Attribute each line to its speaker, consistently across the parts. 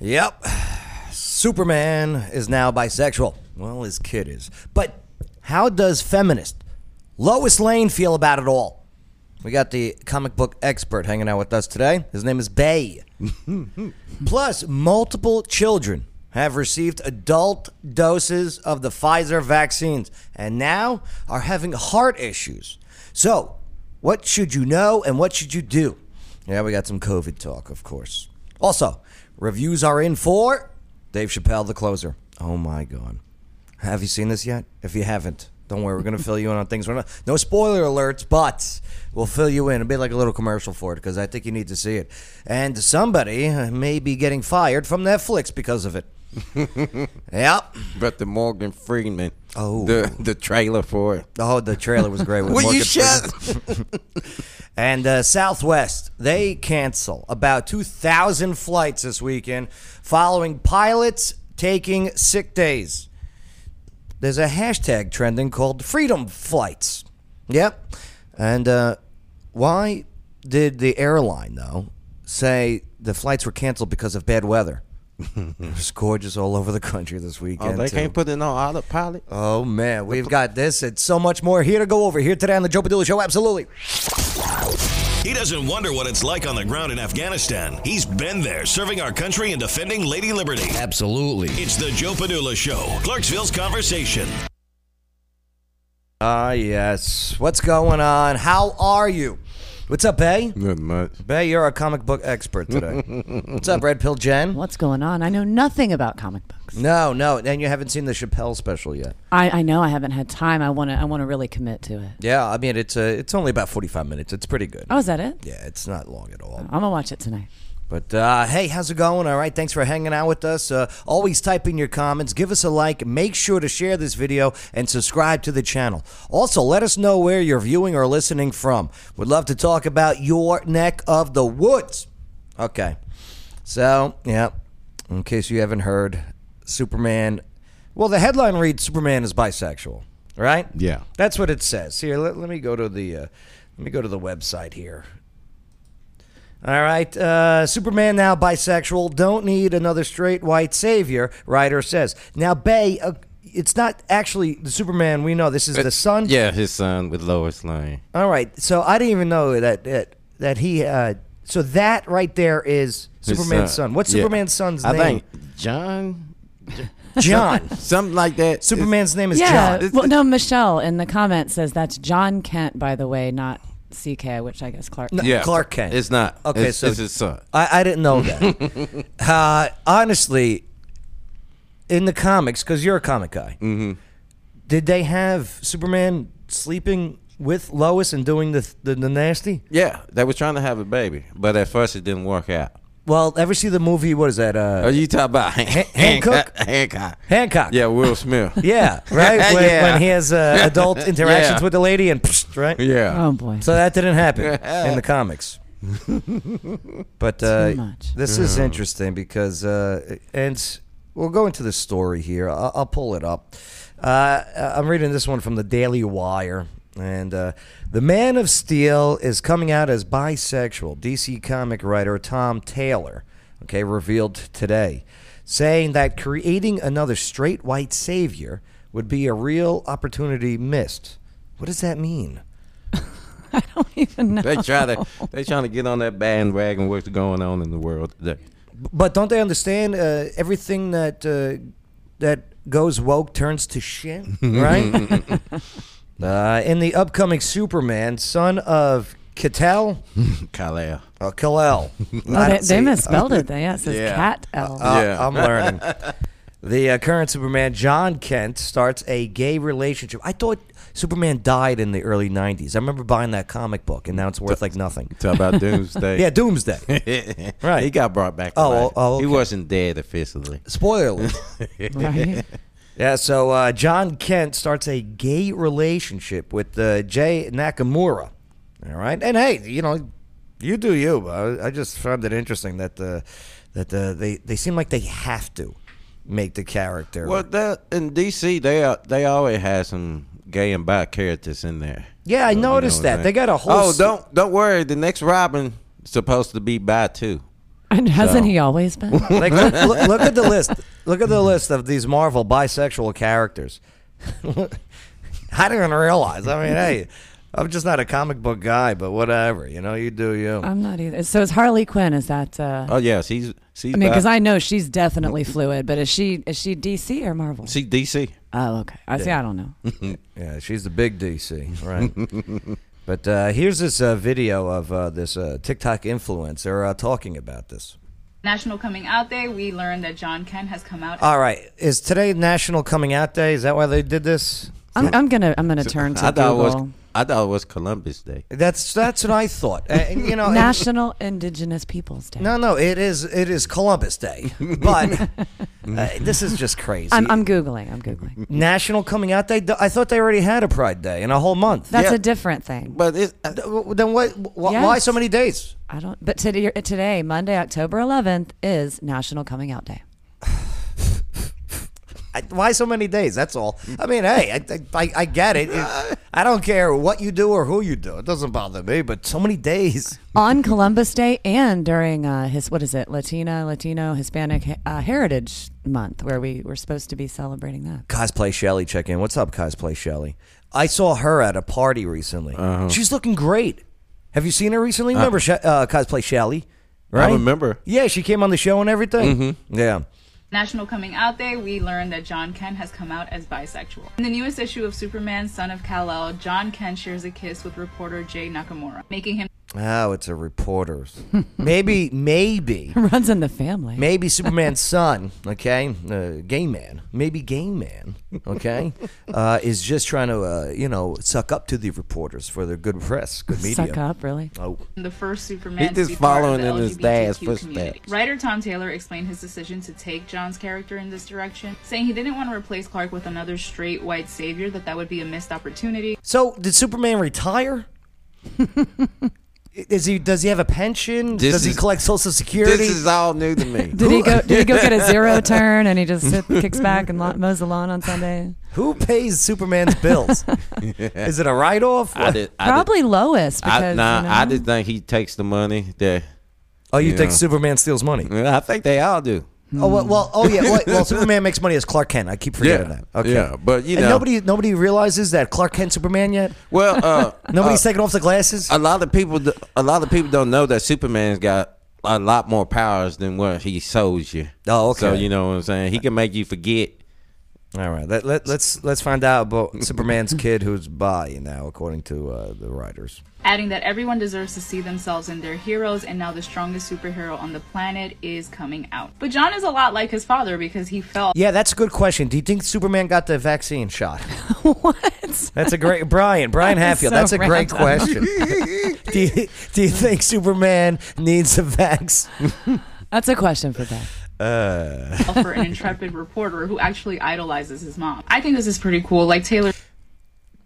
Speaker 1: Yep. Superman is now bisexual. Well, his kid is. But how does feminist Lois Lane feel about it all? We got the comic book expert hanging out with us today. His name is Bay. Plus, multiple children have received adult doses of the Pfizer vaccines and now are having heart issues. So, what should you know and what should you do? Yeah, we got some COVID talk, of course. Also, reviews are in for Dave Chappelle, the closer. Oh my God. Have you seen this yet? If you haven't, don't worry. We're going to fill you in on things. We're not, no spoiler alerts, but we'll fill you in. It'll be like a little commercial for it because I think you need to see it. And somebody may be getting fired from Netflix because of it. yep.
Speaker 2: But the Morgan Freeman.
Speaker 1: Oh.
Speaker 2: The the trailer for it.
Speaker 1: Oh, the trailer was great. With
Speaker 2: Will
Speaker 1: Morgan
Speaker 2: you shut?
Speaker 1: And uh, Southwest, they cancel about 2,000 flights this weekend following pilots taking sick days. There's a hashtag trending called Freedom Flights. Yep. And uh, why did the airline, though, say the flights were canceled because of bad weather? it's gorgeous all over the country this
Speaker 2: Oh,
Speaker 1: weekend.
Speaker 2: they
Speaker 1: too.
Speaker 2: can't put it on autopilot.
Speaker 1: Oh man, we've got this and so much more here to go over here today on the Joe Padula Show. Absolutely.
Speaker 3: He doesn't wonder what it's like on the ground in Afghanistan. He's been there serving our country and defending Lady Liberty.
Speaker 4: Absolutely.
Speaker 3: It's the Joe Padula Show, Clarksville's conversation.
Speaker 1: Ah, yes. What's going on? How are you? What's up, Bay?
Speaker 2: Not much.
Speaker 1: Bay, you're our comic book expert today. What's up, Red Pill Jen?
Speaker 5: What's going on? I know nothing about comic books.
Speaker 1: No, no, and you haven't seen the Chappelle special yet.
Speaker 5: I, I know I haven't had time. I want to. I want to really commit to it.
Speaker 1: Yeah, I mean it's uh, it's only about forty five minutes. It's pretty good.
Speaker 5: Oh, is that it?
Speaker 1: Yeah, it's not long at all.
Speaker 5: I'm gonna watch it tonight.
Speaker 1: But uh, hey, how's it going? All right, thanks for hanging out with us. Uh, always type in your comments, give us a like, make sure to share this video, and subscribe to the channel. Also, let us know where you're viewing or listening from. We'd love to talk about your neck of the woods. Okay, so yeah, in case you haven't heard, Superman. Well, the headline reads Superman is bisexual, right?
Speaker 2: Yeah.
Speaker 1: that's what it says. Here, let, let me go to the uh, let me go to the website here. All right. Uh, Superman now bisexual. Don't need another straight white savior, writer says. Now, Bay, uh, it's not actually the Superman we know. This is the son.
Speaker 2: Uh, Yeah, his son with Lois Lane.
Speaker 1: All right. So I didn't even know that that, that he. Uh, so that right there is
Speaker 2: His uh,
Speaker 1: Superman's son. What's
Speaker 2: Yeah.
Speaker 1: Superman's son's
Speaker 2: I
Speaker 1: name?
Speaker 2: think John,
Speaker 1: John.
Speaker 2: something like that.
Speaker 1: Superman's name is
Speaker 5: yeah.
Speaker 1: John.
Speaker 5: Well, no, Michelle in the comments says that's John Kent, by the way, not CK, which I guess Clark.
Speaker 1: No.
Speaker 2: yeah,
Speaker 1: Clark Kent.
Speaker 2: It's not.
Speaker 1: Okay,
Speaker 2: It's-
Speaker 1: so
Speaker 2: it's his son.
Speaker 1: I, I didn't know that. uh, honestly, in the comics, because you're a comic guy,
Speaker 2: Mm-hmm.
Speaker 1: did they have Superman sleeping with Lois and doing the, the the nasty?
Speaker 2: Yeah, they were trying to have a baby, but at first it didn't work out.
Speaker 1: Well, ever see the movie? What is that?
Speaker 2: Are
Speaker 1: Uh,
Speaker 2: you talking about Han-
Speaker 1: Hancock?
Speaker 2: Hancock.
Speaker 1: Hancock.
Speaker 2: Oh, Yeah, Will Smith.
Speaker 1: yeah, right. When,
Speaker 2: Yeah.
Speaker 1: when he has uh, adult interactions
Speaker 2: Yeah.
Speaker 1: with the lady and psh, right.
Speaker 2: Yeah.
Speaker 5: Oh boy.
Speaker 1: So that didn't happen in the comics. but uh,
Speaker 5: much.
Speaker 1: this is interesting because, uh, and we'll go into the story here. I'll, I'll pull it up. Uh, I'm reading this one from the Daily Wire. And uh, the Man of Steel is coming out as bisexual. DC comic writer Tom Taylor, okay, revealed today, saying that creating another straight white savior would be a real opportunity missed. What does that mean?
Speaker 2: They try to they trying to get on that bandwagon what's going on in the world today.
Speaker 1: But don't they understand uh, everything that uh, that goes woke turns to shit, right? uh, in the upcoming Superman, son of Kittel,
Speaker 2: Kyle.
Speaker 1: uh, Kal-El.
Speaker 5: Oh, they, they misspelled it. They, yeah, it says
Speaker 2: Yeah. Uh,
Speaker 5: Cat L.
Speaker 2: Yeah.
Speaker 1: Uh, I'm learning. The uh, current Superman, John Kent, starts a gay relationship. I thought Superman died in the early '90s. I remember buying that comic book, and now it's worth like nothing.
Speaker 2: Talk about Doomsday.
Speaker 1: Yeah, Doomsday. right.
Speaker 2: He got brought back. to
Speaker 1: Oh,
Speaker 2: life.
Speaker 1: oh, okay.
Speaker 2: he wasn't dead officially.
Speaker 1: Spoiler. alert.
Speaker 5: right?
Speaker 1: Yeah, so uh, John Kent starts a gay relationship with uh, Jay Nakamura. All right, and hey, you know, you do you. but I, I just found it interesting that uh, that uh, they they seem like they have to make the character.
Speaker 2: Well, that in DC they are, they always had some gay and bi characters in there.
Speaker 1: Yeah, I
Speaker 2: You know
Speaker 1: noticed
Speaker 2: what I'm
Speaker 1: that.
Speaker 2: saying?
Speaker 1: They got a whole
Speaker 2: Oh,
Speaker 1: s-
Speaker 2: don't don't worry. The next Robin supposed to be bi too.
Speaker 5: And hasn't
Speaker 2: So-
Speaker 5: he always been?
Speaker 1: Like, look, look, look at the list. Look at the list of these Marvel bisexual characters. I didn't realize. I mean, hey, I'm just not a comic book guy, but whatever. You know, you do you.
Speaker 5: I'm not either. So is Harley Quinn? Is that? Uh,
Speaker 2: Oh yes, he's she's.
Speaker 5: I mean, because
Speaker 2: bi-
Speaker 5: I know she's definitely fluid, but is she is she DC or Marvel?
Speaker 2: she DC.
Speaker 5: oh, okay. I see. I don't know.
Speaker 1: yeah, she's the big DC, right? but uh, here's this uh, video of uh, this uh, TikTok influencer uh, talking about this.
Speaker 4: National Coming Out Day, we learned that John Kent has come out.
Speaker 1: All right, is today National Coming Out Day? Is that why they did this?
Speaker 5: I'm, I'm gonna I'm gonna turn to
Speaker 2: I thought it was
Speaker 5: Google.
Speaker 2: I thought it was Columbus Day.
Speaker 1: That's that's what I thought. Uh, and, you know, and-
Speaker 5: National Indigenous Peoples Day.
Speaker 1: No, no, it is it is Columbus Day, but uh, this is just crazy.
Speaker 5: I'm, I'm googling. I'm googling.
Speaker 1: National Coming Out Day. Th- I thought they already had a Pride Day in a whole month.
Speaker 5: That's
Speaker 2: Yeah.
Speaker 5: a different thing.
Speaker 2: But it,
Speaker 1: Th- w- then what? wh- wh- Why
Speaker 5: Yes.
Speaker 1: so many days?
Speaker 5: I don't. But today, today, Monday, October 11th, is National Coming Out Day.
Speaker 1: I, why so many days? That's all. I mean, hey, I I, I get it. It- I don't care what you do or who you do. It doesn't bother me. But so many days.
Speaker 5: on Columbus Day and during uh, his what is it Latina Latino Hispanic uh, Heritage Month, where we were supposed to be celebrating that.
Speaker 1: Cosplay Shelly, check in. What's up, Cosplay Shelly? I saw her at a party recently. She's looking great. Have you seen her recently? Remember She- uh, Cosplay Shelly? Right?
Speaker 2: remember.
Speaker 1: Yeah, she came on the show and everything. Yeah.
Speaker 4: National Coming Out Day, we learned that John Kent has come out as bisexual. In the newest issue of Superman, Son of Kal-El, John Kent shares a kiss with reporter Jay Nakamura, making him
Speaker 1: Oh, it's a reporter. maybe, maybe,
Speaker 5: Runs in the family.
Speaker 1: maybe Superman's son, okay, uh, gay man, maybe gay man, okay, uh, is just trying to, uh, you know, suck up to the reporters for their good press, good media.
Speaker 5: Suck up, really?
Speaker 1: Oh,
Speaker 4: the first Superman
Speaker 2: He's just
Speaker 4: to be part
Speaker 2: following
Speaker 4: of
Speaker 2: in
Speaker 4: the
Speaker 2: his dad's
Speaker 4: LGBTQ community.
Speaker 2: footsteps.
Speaker 4: Writer Tom Taylor explained his decision to take John's character in this direction, saying he didn't want to replace Clark with another straight white savior, that that would be a missed opportunity.
Speaker 1: so did Superman retire? is he? Does he have a pension?
Speaker 2: This
Speaker 1: does he
Speaker 2: is-
Speaker 1: collect Social Security?
Speaker 2: this is all new to me.
Speaker 5: Did he go? Did he go get a zero turn and he just sit, kicks back and lo- mows the lawn on Sunday?
Speaker 1: Who pays Superman's bills? is it a write-off?
Speaker 2: I did. I
Speaker 5: Probably Lois
Speaker 2: Did, I-
Speaker 5: because
Speaker 2: nah,
Speaker 5: you know,
Speaker 2: I just think he takes the money. That
Speaker 1: Oh, you think
Speaker 2: Yeah. Mm.
Speaker 1: Superman steals money?
Speaker 2: I think they all do.
Speaker 1: Oh well, well oh yeah. Well, well, Superman makes money as Clark Kent. I keep forgetting
Speaker 2: Yeah,
Speaker 1: that. Okay.
Speaker 2: yeah, but, you
Speaker 1: And
Speaker 2: know-
Speaker 1: nobody nobody realizes that Clark Kent Superman yet.
Speaker 2: Well, uh,
Speaker 1: Nobody's taking off the glasses.
Speaker 2: a lot of people, d- a lot of people don't know that Superman's got a lot more powers than what he shows you.
Speaker 1: Oh, okay.
Speaker 2: So you know what I'm saying? He can make you forget.
Speaker 1: All right, let, let, let's let's find out about Superman's kid who's bi now, according to uh, the writers.
Speaker 4: adding that everyone deserves to see themselves in their heroes and now the strongest superhero on the planet is coming out. But John is a lot like his father because he felt
Speaker 1: Yeah, that's a good question. Do you think Superman got the vaccine shot? what? That's a great Brian Brian Hatfield.
Speaker 5: so
Speaker 1: that's a great
Speaker 5: random.
Speaker 1: question. do you, do you think Superman needs a vax?
Speaker 5: that's a question for Beth.
Speaker 4: for an intrepid reporter who actually idolizes his mom. I think this is pretty cool. Like Taylor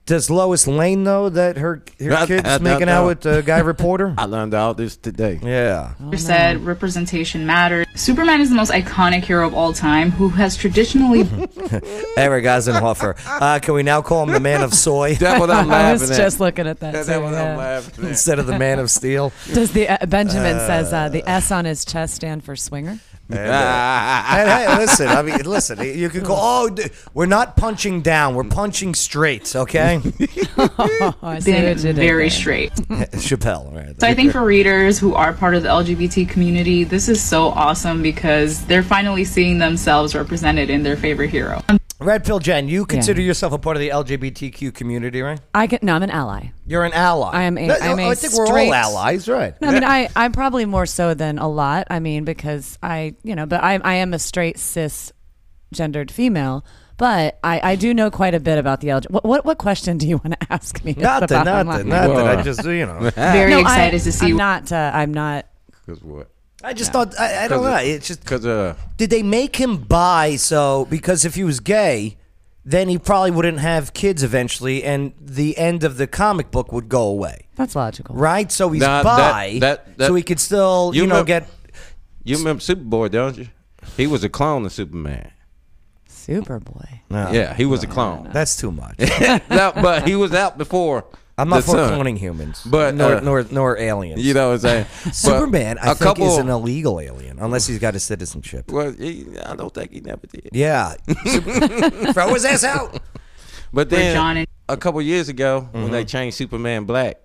Speaker 1: Does Lois Lane know that her her
Speaker 2: I- I
Speaker 1: kid's
Speaker 2: don't
Speaker 1: making out
Speaker 2: know.
Speaker 1: with a guy reporter?
Speaker 2: I learned all this today.
Speaker 1: yeah.
Speaker 4: said, representation matters. Superman is the most iconic hero of all time who has traditionally
Speaker 1: Eric Eisenhofer. Uh, can we now call him the man of soy
Speaker 2: That's what I'm
Speaker 5: I
Speaker 2: laughing
Speaker 5: was
Speaker 2: at.
Speaker 5: just looking at that.
Speaker 2: That's
Speaker 5: too,
Speaker 2: what
Speaker 5: yeah.
Speaker 2: I'm laughing at.
Speaker 1: instead of the man of steel?
Speaker 5: Does the uh, Benjamin says uh, the S on his chest stand for swinger?
Speaker 1: And hey, listen, I mean, listen, you could call, oh, d- we're not punching down, we're punching straight, okay?
Speaker 5: Oh, I see
Speaker 4: been
Speaker 5: what you did
Speaker 4: very
Speaker 5: there.
Speaker 4: straight.
Speaker 1: Chappelle, right?
Speaker 4: So I think for readers who are part of the LGBT community, this is so awesome because they're finally seeing themselves represented in their favorite hero.
Speaker 1: Red Pill Jen, you consider yourself a part of the LGBTQ community, right?
Speaker 5: I can. No, I'm an ally.
Speaker 1: You're an ally.
Speaker 5: I am a-
Speaker 1: No,
Speaker 5: I'm a
Speaker 1: I think we're all
Speaker 5: straight-
Speaker 1: allies, right?
Speaker 5: No, I mean, I, I'm probably more so than a lot. I mean, because I, you know, but I, I am a straight cis gendered female, but I, I do know quite a bit about the LGBT. What, what, what question do you want to ask me?
Speaker 1: Nothing,
Speaker 5: about
Speaker 1: nothing,
Speaker 5: online?
Speaker 1: nothing. I
Speaker 2: Whoa.
Speaker 1: just, you know,
Speaker 4: Very
Speaker 5: No,
Speaker 4: excited
Speaker 5: I,
Speaker 4: to see
Speaker 5: I'm not, uh, I'm not,
Speaker 2: Cause what?
Speaker 1: I just thought, I, I don't know. It's just,
Speaker 2: Cause uh,
Speaker 1: did they make him bi so because if he was gay then he probably wouldn't have kids eventually and the end of the comic book would go away
Speaker 5: that's logical.
Speaker 1: right so he's
Speaker 2: Nah, that-
Speaker 1: bi
Speaker 2: that- that-
Speaker 1: so he could still you,
Speaker 2: You
Speaker 1: know
Speaker 2: remem-
Speaker 1: get
Speaker 2: you remember Superboy, don't you? He was a clone of Superman.
Speaker 5: Superboy.
Speaker 1: Uh,
Speaker 2: yeah, he was a clone.
Speaker 1: that's too much
Speaker 2: no, but he was out before
Speaker 1: I'm not
Speaker 2: the
Speaker 1: for
Speaker 2: son.
Speaker 1: cloning humans,
Speaker 2: But,
Speaker 1: nor,
Speaker 2: uh,
Speaker 1: nor nor aliens.
Speaker 2: You know what I'm saying? But
Speaker 1: Superman, I
Speaker 2: a
Speaker 1: think,
Speaker 2: couple,
Speaker 1: is an illegal alien unless he's got a citizenship.
Speaker 2: well, he, I don't think he never did.
Speaker 1: Yeah, Sup- throw his ass out.
Speaker 2: But then
Speaker 4: John and-
Speaker 2: a couple years ago when they changed Superman black.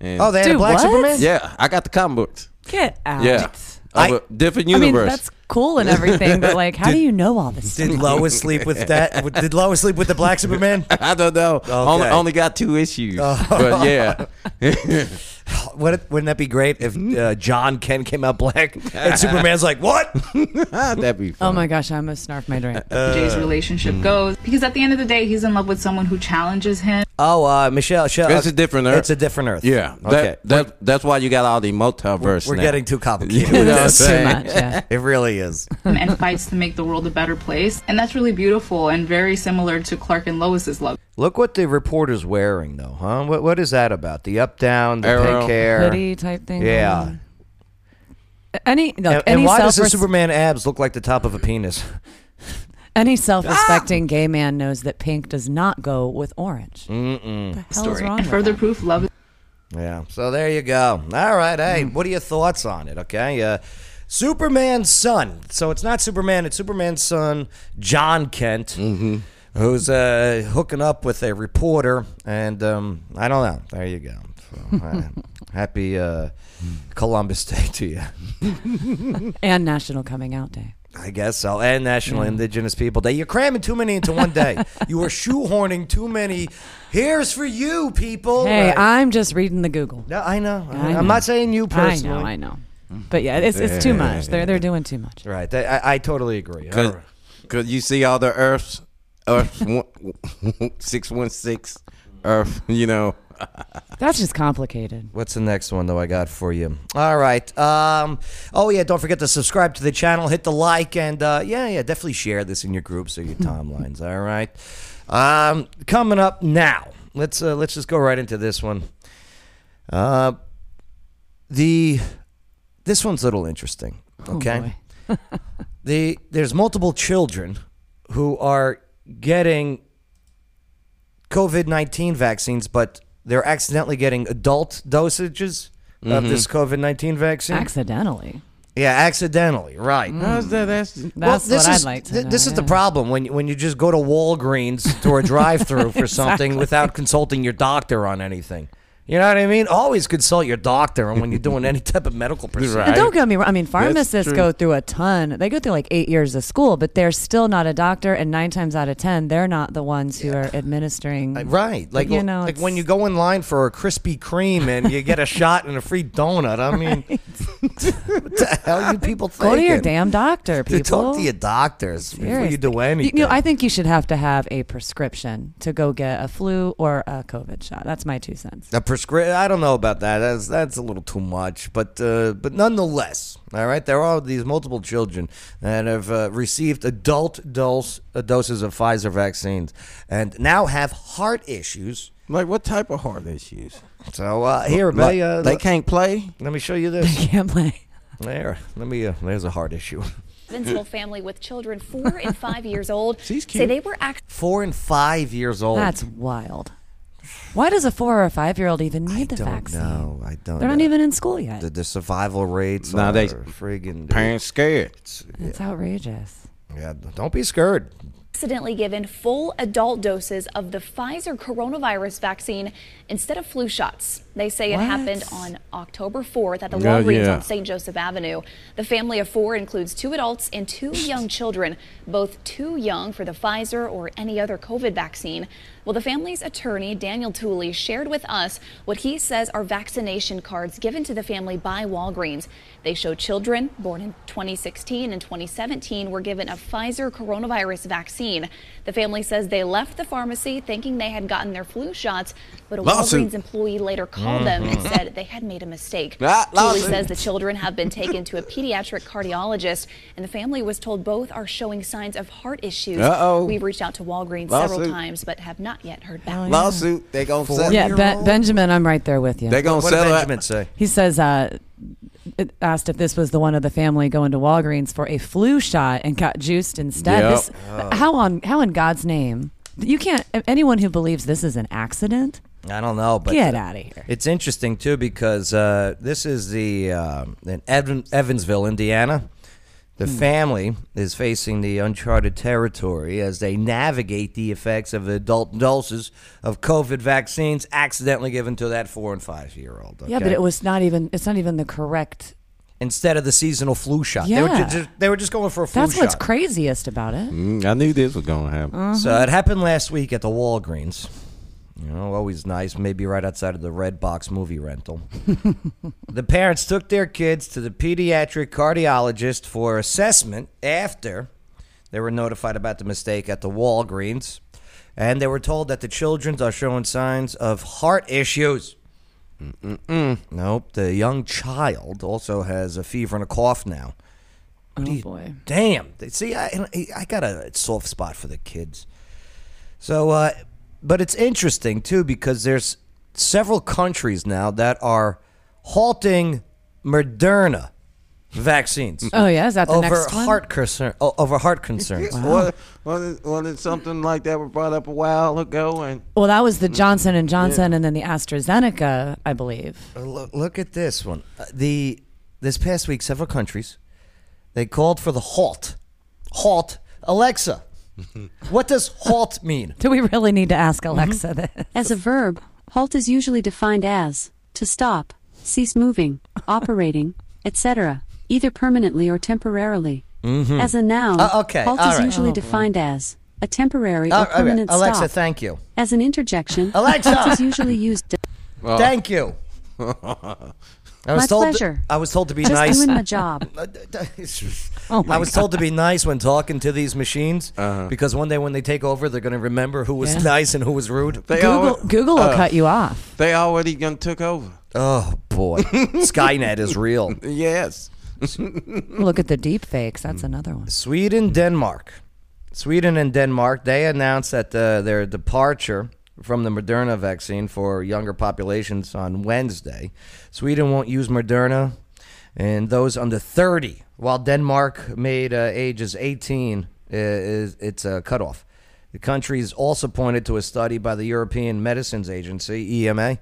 Speaker 2: And
Speaker 1: Oh, they had a
Speaker 5: Dude,
Speaker 1: black
Speaker 5: what?
Speaker 1: Superman.
Speaker 2: yeah, I got the comic books.
Speaker 5: Get out.
Speaker 2: Yeah,
Speaker 1: I-
Speaker 2: Of a different
Speaker 5: I mean,
Speaker 2: universe.
Speaker 5: that's cool and everything, but like, how do you know all this?
Speaker 1: Did Lois sleep with that? Did Lois sleep with the black Superman?
Speaker 2: I don't know. Only,
Speaker 1: Okay.
Speaker 2: only got two issues, but yeah,
Speaker 1: Wouldn't wouldn't that be great if
Speaker 2: Hmm?
Speaker 1: uh, John Ken came out black and Superman's like, what?
Speaker 2: that'd be
Speaker 5: Oh
Speaker 2: fun.
Speaker 5: my gosh, I almost snarfed my drink.
Speaker 4: Jay's relationship goes. Because at the end of the day, he's in love with someone who challenges him.
Speaker 1: Oh, uh, Michelle, Shell-
Speaker 2: It's a different Earth.
Speaker 1: It's a different Earth.
Speaker 2: yeah, that,
Speaker 1: Okay.
Speaker 2: that- that's why you got all the multiverse.
Speaker 1: We're
Speaker 2: now.
Speaker 1: getting too complicated.
Speaker 2: You know what I'm
Speaker 5: That's too
Speaker 2: saying?
Speaker 5: much. Yeah.
Speaker 1: It really is.
Speaker 4: and fights to make the world a better place. And that's really beautiful and very similar to Clark and Lois's love.
Speaker 1: Look what the reporter's wearing, though, huh? What what is that about? The up down, the
Speaker 2: Arrow.
Speaker 1: pink hair,
Speaker 5: Hoodie type thing.
Speaker 1: Yeah.
Speaker 5: going on. Any look,
Speaker 1: And, and
Speaker 5: any
Speaker 1: why does
Speaker 5: self
Speaker 1: the Superman abs look like the top of a penis?
Speaker 5: any self-respecting
Speaker 1: Ah!
Speaker 5: gay man knows that pink does not go with orange. Mm-mm. The hell is
Speaker 4: Story.
Speaker 5: wrong?
Speaker 4: And
Speaker 5: with
Speaker 4: further
Speaker 5: that?
Speaker 4: proof, love
Speaker 1: Yeah. So there you go. All right. Hey,
Speaker 5: Hmm.
Speaker 1: what are your thoughts on it? Okay. Uh, Superman's son. So it's not Superman. It's Superman's son, John Kent, who's uh, hooking up with a reporter. And um, I don't know. There you go. So, all right. happy uh,
Speaker 5: Hmm.
Speaker 1: Columbus Day to you.
Speaker 5: and National Coming Out Day.
Speaker 1: I guess so. And National
Speaker 5: Hmm.
Speaker 1: Indigenous People Day. You're cramming too many into one day. you are shoehorning too many. Here's for you, people.
Speaker 5: Hey,
Speaker 1: Right.
Speaker 5: I'm just reading the Google.
Speaker 1: No, I know. I
Speaker 5: I
Speaker 1: am
Speaker 5: know.
Speaker 1: not saying you
Speaker 5: I
Speaker 1: personally.
Speaker 5: know, I know. But yeah, it's, it's too much. They're they're doing too much.
Speaker 1: Right. That- I, I totally agree. All right.
Speaker 2: Because you see all the Earths, Earth one- 616, Earth, you know.
Speaker 5: That's just complicated.
Speaker 1: What's the next one though I got for you? All right. Um, oh yeah, don't forget to subscribe to the channel, hit the like, and uh, yeah, yeah, definitely share this in your groups or your timelines. All right. Um, coming up now, let's uh, let's just go right into this one. Uh, the this one's a little interesting. Okay.
Speaker 5: boy.
Speaker 1: the there's multiple children who are getting COVID nineteen vaccines, but they're accidentally getting adult dosages of this COVID nineteen vaccine.
Speaker 5: Accidentally.
Speaker 1: yeah, accidentally, right?
Speaker 2: How's that? That's,
Speaker 5: Mm, That's
Speaker 1: this
Speaker 5: what
Speaker 1: is-
Speaker 5: I'd like to
Speaker 1: thi-
Speaker 5: know,
Speaker 1: This is the
Speaker 5: yeah.
Speaker 1: problem when you- when you just go to Walgreens to a drive-through for something without consulting your doctor on anything. You know what I mean? Always consult your doctor when you're doing any type of medical procedure.
Speaker 5: And don't get me wrong. I mean, pharmacists
Speaker 2: true.
Speaker 5: go through a ton. They go through like eight years of school, but they're still not a doctor. And nine times out of ten, they're not the ones who are administering.
Speaker 1: Right. Like
Speaker 5: you know,
Speaker 1: like
Speaker 5: it's-
Speaker 1: when you go in line for a Krispy Kreme and you get a shot and a free donut. I mean, what the hell you people think?
Speaker 5: Go to your damn doctor, people.
Speaker 1: To talk to your doctors before you
Speaker 5: Seriously.
Speaker 1: do anything.
Speaker 5: You know, I think you should have to have a prescription to go get a flu or a COVID shot. That's my two cents.
Speaker 1: a prescri- I don't know about that. That's that's a little too much, but uh, but nonetheless, all right. There are these multiple children that have uh, received adult dose uh, doses of Pfizer vaccines and now have heart issues.
Speaker 2: like, what type of heart issues?
Speaker 1: So uh, here,
Speaker 2: Like,
Speaker 1: Bay, uh,
Speaker 2: they
Speaker 1: let-
Speaker 2: can't play?
Speaker 1: let me show you this.
Speaker 5: Can't play.
Speaker 1: There, let me. Uh, there's a heart issue.
Speaker 6: Evansville family with children four and five years old
Speaker 2: She's
Speaker 6: say
Speaker 2: cute.
Speaker 6: they were actually
Speaker 1: Four and five years old.
Speaker 5: That's wild. Why does a four or a five year old even need the
Speaker 1: don't
Speaker 5: vaccine?
Speaker 1: know. I don't.
Speaker 5: They're not
Speaker 1: know.
Speaker 5: even in school yet.
Speaker 1: The, the survival rates
Speaker 2: Nah,
Speaker 1: are
Speaker 2: they-
Speaker 1: friggin'
Speaker 2: Parents scared.
Speaker 5: It's outrageous.
Speaker 1: Yeah, don't be scared.
Speaker 6: accidentally given full adult doses of the Pfizer coronavirus vaccine instead of flu shots. They say
Speaker 5: What?
Speaker 6: it happened on October 4th at the
Speaker 2: Yeah,
Speaker 6: Walgreens
Speaker 2: yeah.
Speaker 6: on St. Joseph Avenue. The family of four includes two adults and two young children, both too young for the Pfizer or any other COVID vaccine. Well, the family's attorney, Daniel Tooley, shared with us what he says are vaccination cards given to the family by Walgreens. They show children born in 2016 and 2017 were given a Pfizer coronavirus vaccine. The family says they left the pharmacy thinking they had gotten their flu shots, but a
Speaker 2: Lawsuit.
Speaker 6: Walgreens employee later called them and said they had made a mistake.
Speaker 2: Ah,
Speaker 6: Tooley
Speaker 2: lawsuit.
Speaker 6: says the children have been taken to a pediatric cardiologist, and the family was told both are showing signs of heart issues.
Speaker 2: Uh-oh.
Speaker 6: We've reached out to Walgreens
Speaker 2: Lawsuit.
Speaker 6: several times, but have not yet heard back.
Speaker 2: Lawsuit. They gonna settle.
Speaker 5: Yeah, ben- Benjamin, I'm right there with you.
Speaker 2: They gonna
Speaker 1: What did
Speaker 2: settle.
Speaker 1: Benjamin say?
Speaker 5: He says, uh, it asked if this was the one of the family going to Walgreens for a flu shot and got juiced instead.
Speaker 2: Yep.
Speaker 5: Oh. This, How on how in God's name? You can't. Anyone who believes this is an accident
Speaker 1: I don't know, but
Speaker 5: Get outta here.
Speaker 1: It's interesting too because uh, this is the um in Evan, Evansville, Indiana. The
Speaker 5: Hmm.
Speaker 1: family is facing the uncharted territory as they navigate the effects of adult doses of COVID vaccines accidentally given to that four and five year old.
Speaker 5: Yeah, but it was not even. It's not even the correct.
Speaker 1: instead of the seasonal flu shot. They, were
Speaker 5: Yeah.
Speaker 1: just, they were just going for a flu
Speaker 5: That's
Speaker 1: shot.
Speaker 5: what's craziest about it.
Speaker 2: Mm, I knew this was gonna happen.
Speaker 1: So it happened last week at the Walgreens. You know, always nice. Maybe right outside of the Red Box movie rental. the parents took their kids to the pediatric cardiologist for assessment after they were notified about the mistake at the Walgreens. And they were told that the children are showing signs of heart issues. Nope. The young child also has a fever and a cough now. What do you-
Speaker 5: Oh, boy.
Speaker 1: Damn. They- See, I, I got a soft spot for the kids. So, uh, but it's interesting, too, because there's several countries now that are halting Moderna vaccines.
Speaker 5: Oh, yeah? Is that the
Speaker 1: over
Speaker 5: next one?
Speaker 1: Heart concern, o- over heart concerns.
Speaker 2: Well, well, well, it's something like that was brought up a while ago, and
Speaker 5: Well, that was the
Speaker 2: Mm.
Speaker 5: Johnson and Johnson, and then the AstraZeneca, I believe.
Speaker 1: Look, Uh, look at this one. Uh, The this past week, several countries they called for the halt. Halt, Alexa. what does halt mean?
Speaker 5: Do we really need to ask
Speaker 2: Mm-hmm.
Speaker 5: Alexa this?
Speaker 7: As a verb, halt is usually defined as to stop, cease moving, operating, etc., either permanently or temporarily. As a noun,
Speaker 1: Uh, okay,
Speaker 7: halt
Speaker 1: all
Speaker 7: is
Speaker 1: right.
Speaker 7: usually defined as a temporary
Speaker 1: Oh,
Speaker 7: or
Speaker 1: okay.
Speaker 7: permanent
Speaker 1: Alexa,
Speaker 7: stop.
Speaker 1: thank you.
Speaker 7: as an interjection,
Speaker 1: Alexa!
Speaker 7: halt is usually used. To,
Speaker 1: Thank you. I was
Speaker 7: My
Speaker 1: told
Speaker 7: pleasure.
Speaker 1: I was told to be
Speaker 7: just
Speaker 1: nice. Uh,
Speaker 7: doing my job.
Speaker 5: Oh my
Speaker 1: I was told to be nice when talking to these machines because one day when they take over, they're going to remember who was
Speaker 5: Yeah.
Speaker 1: nice and who was rude.
Speaker 2: they
Speaker 5: Google,
Speaker 2: already,
Speaker 5: Google will cut you off.
Speaker 2: they already done took over.
Speaker 1: Oh boy, Skynet is real.
Speaker 2: Yes, Mm.
Speaker 5: Look at the deep fakes. That's another one.
Speaker 1: Sweden, Denmark. Sweden and Denmark, they announced that uh, their departure from the Moderna vaccine for younger populations on Wednesday. Sweden won't use Moderna and those under 30, while Denmark made uh, ages 18 uh, is its uh, a cutoff. The countries also pointed to a study by the European Medicines Agency, EMA,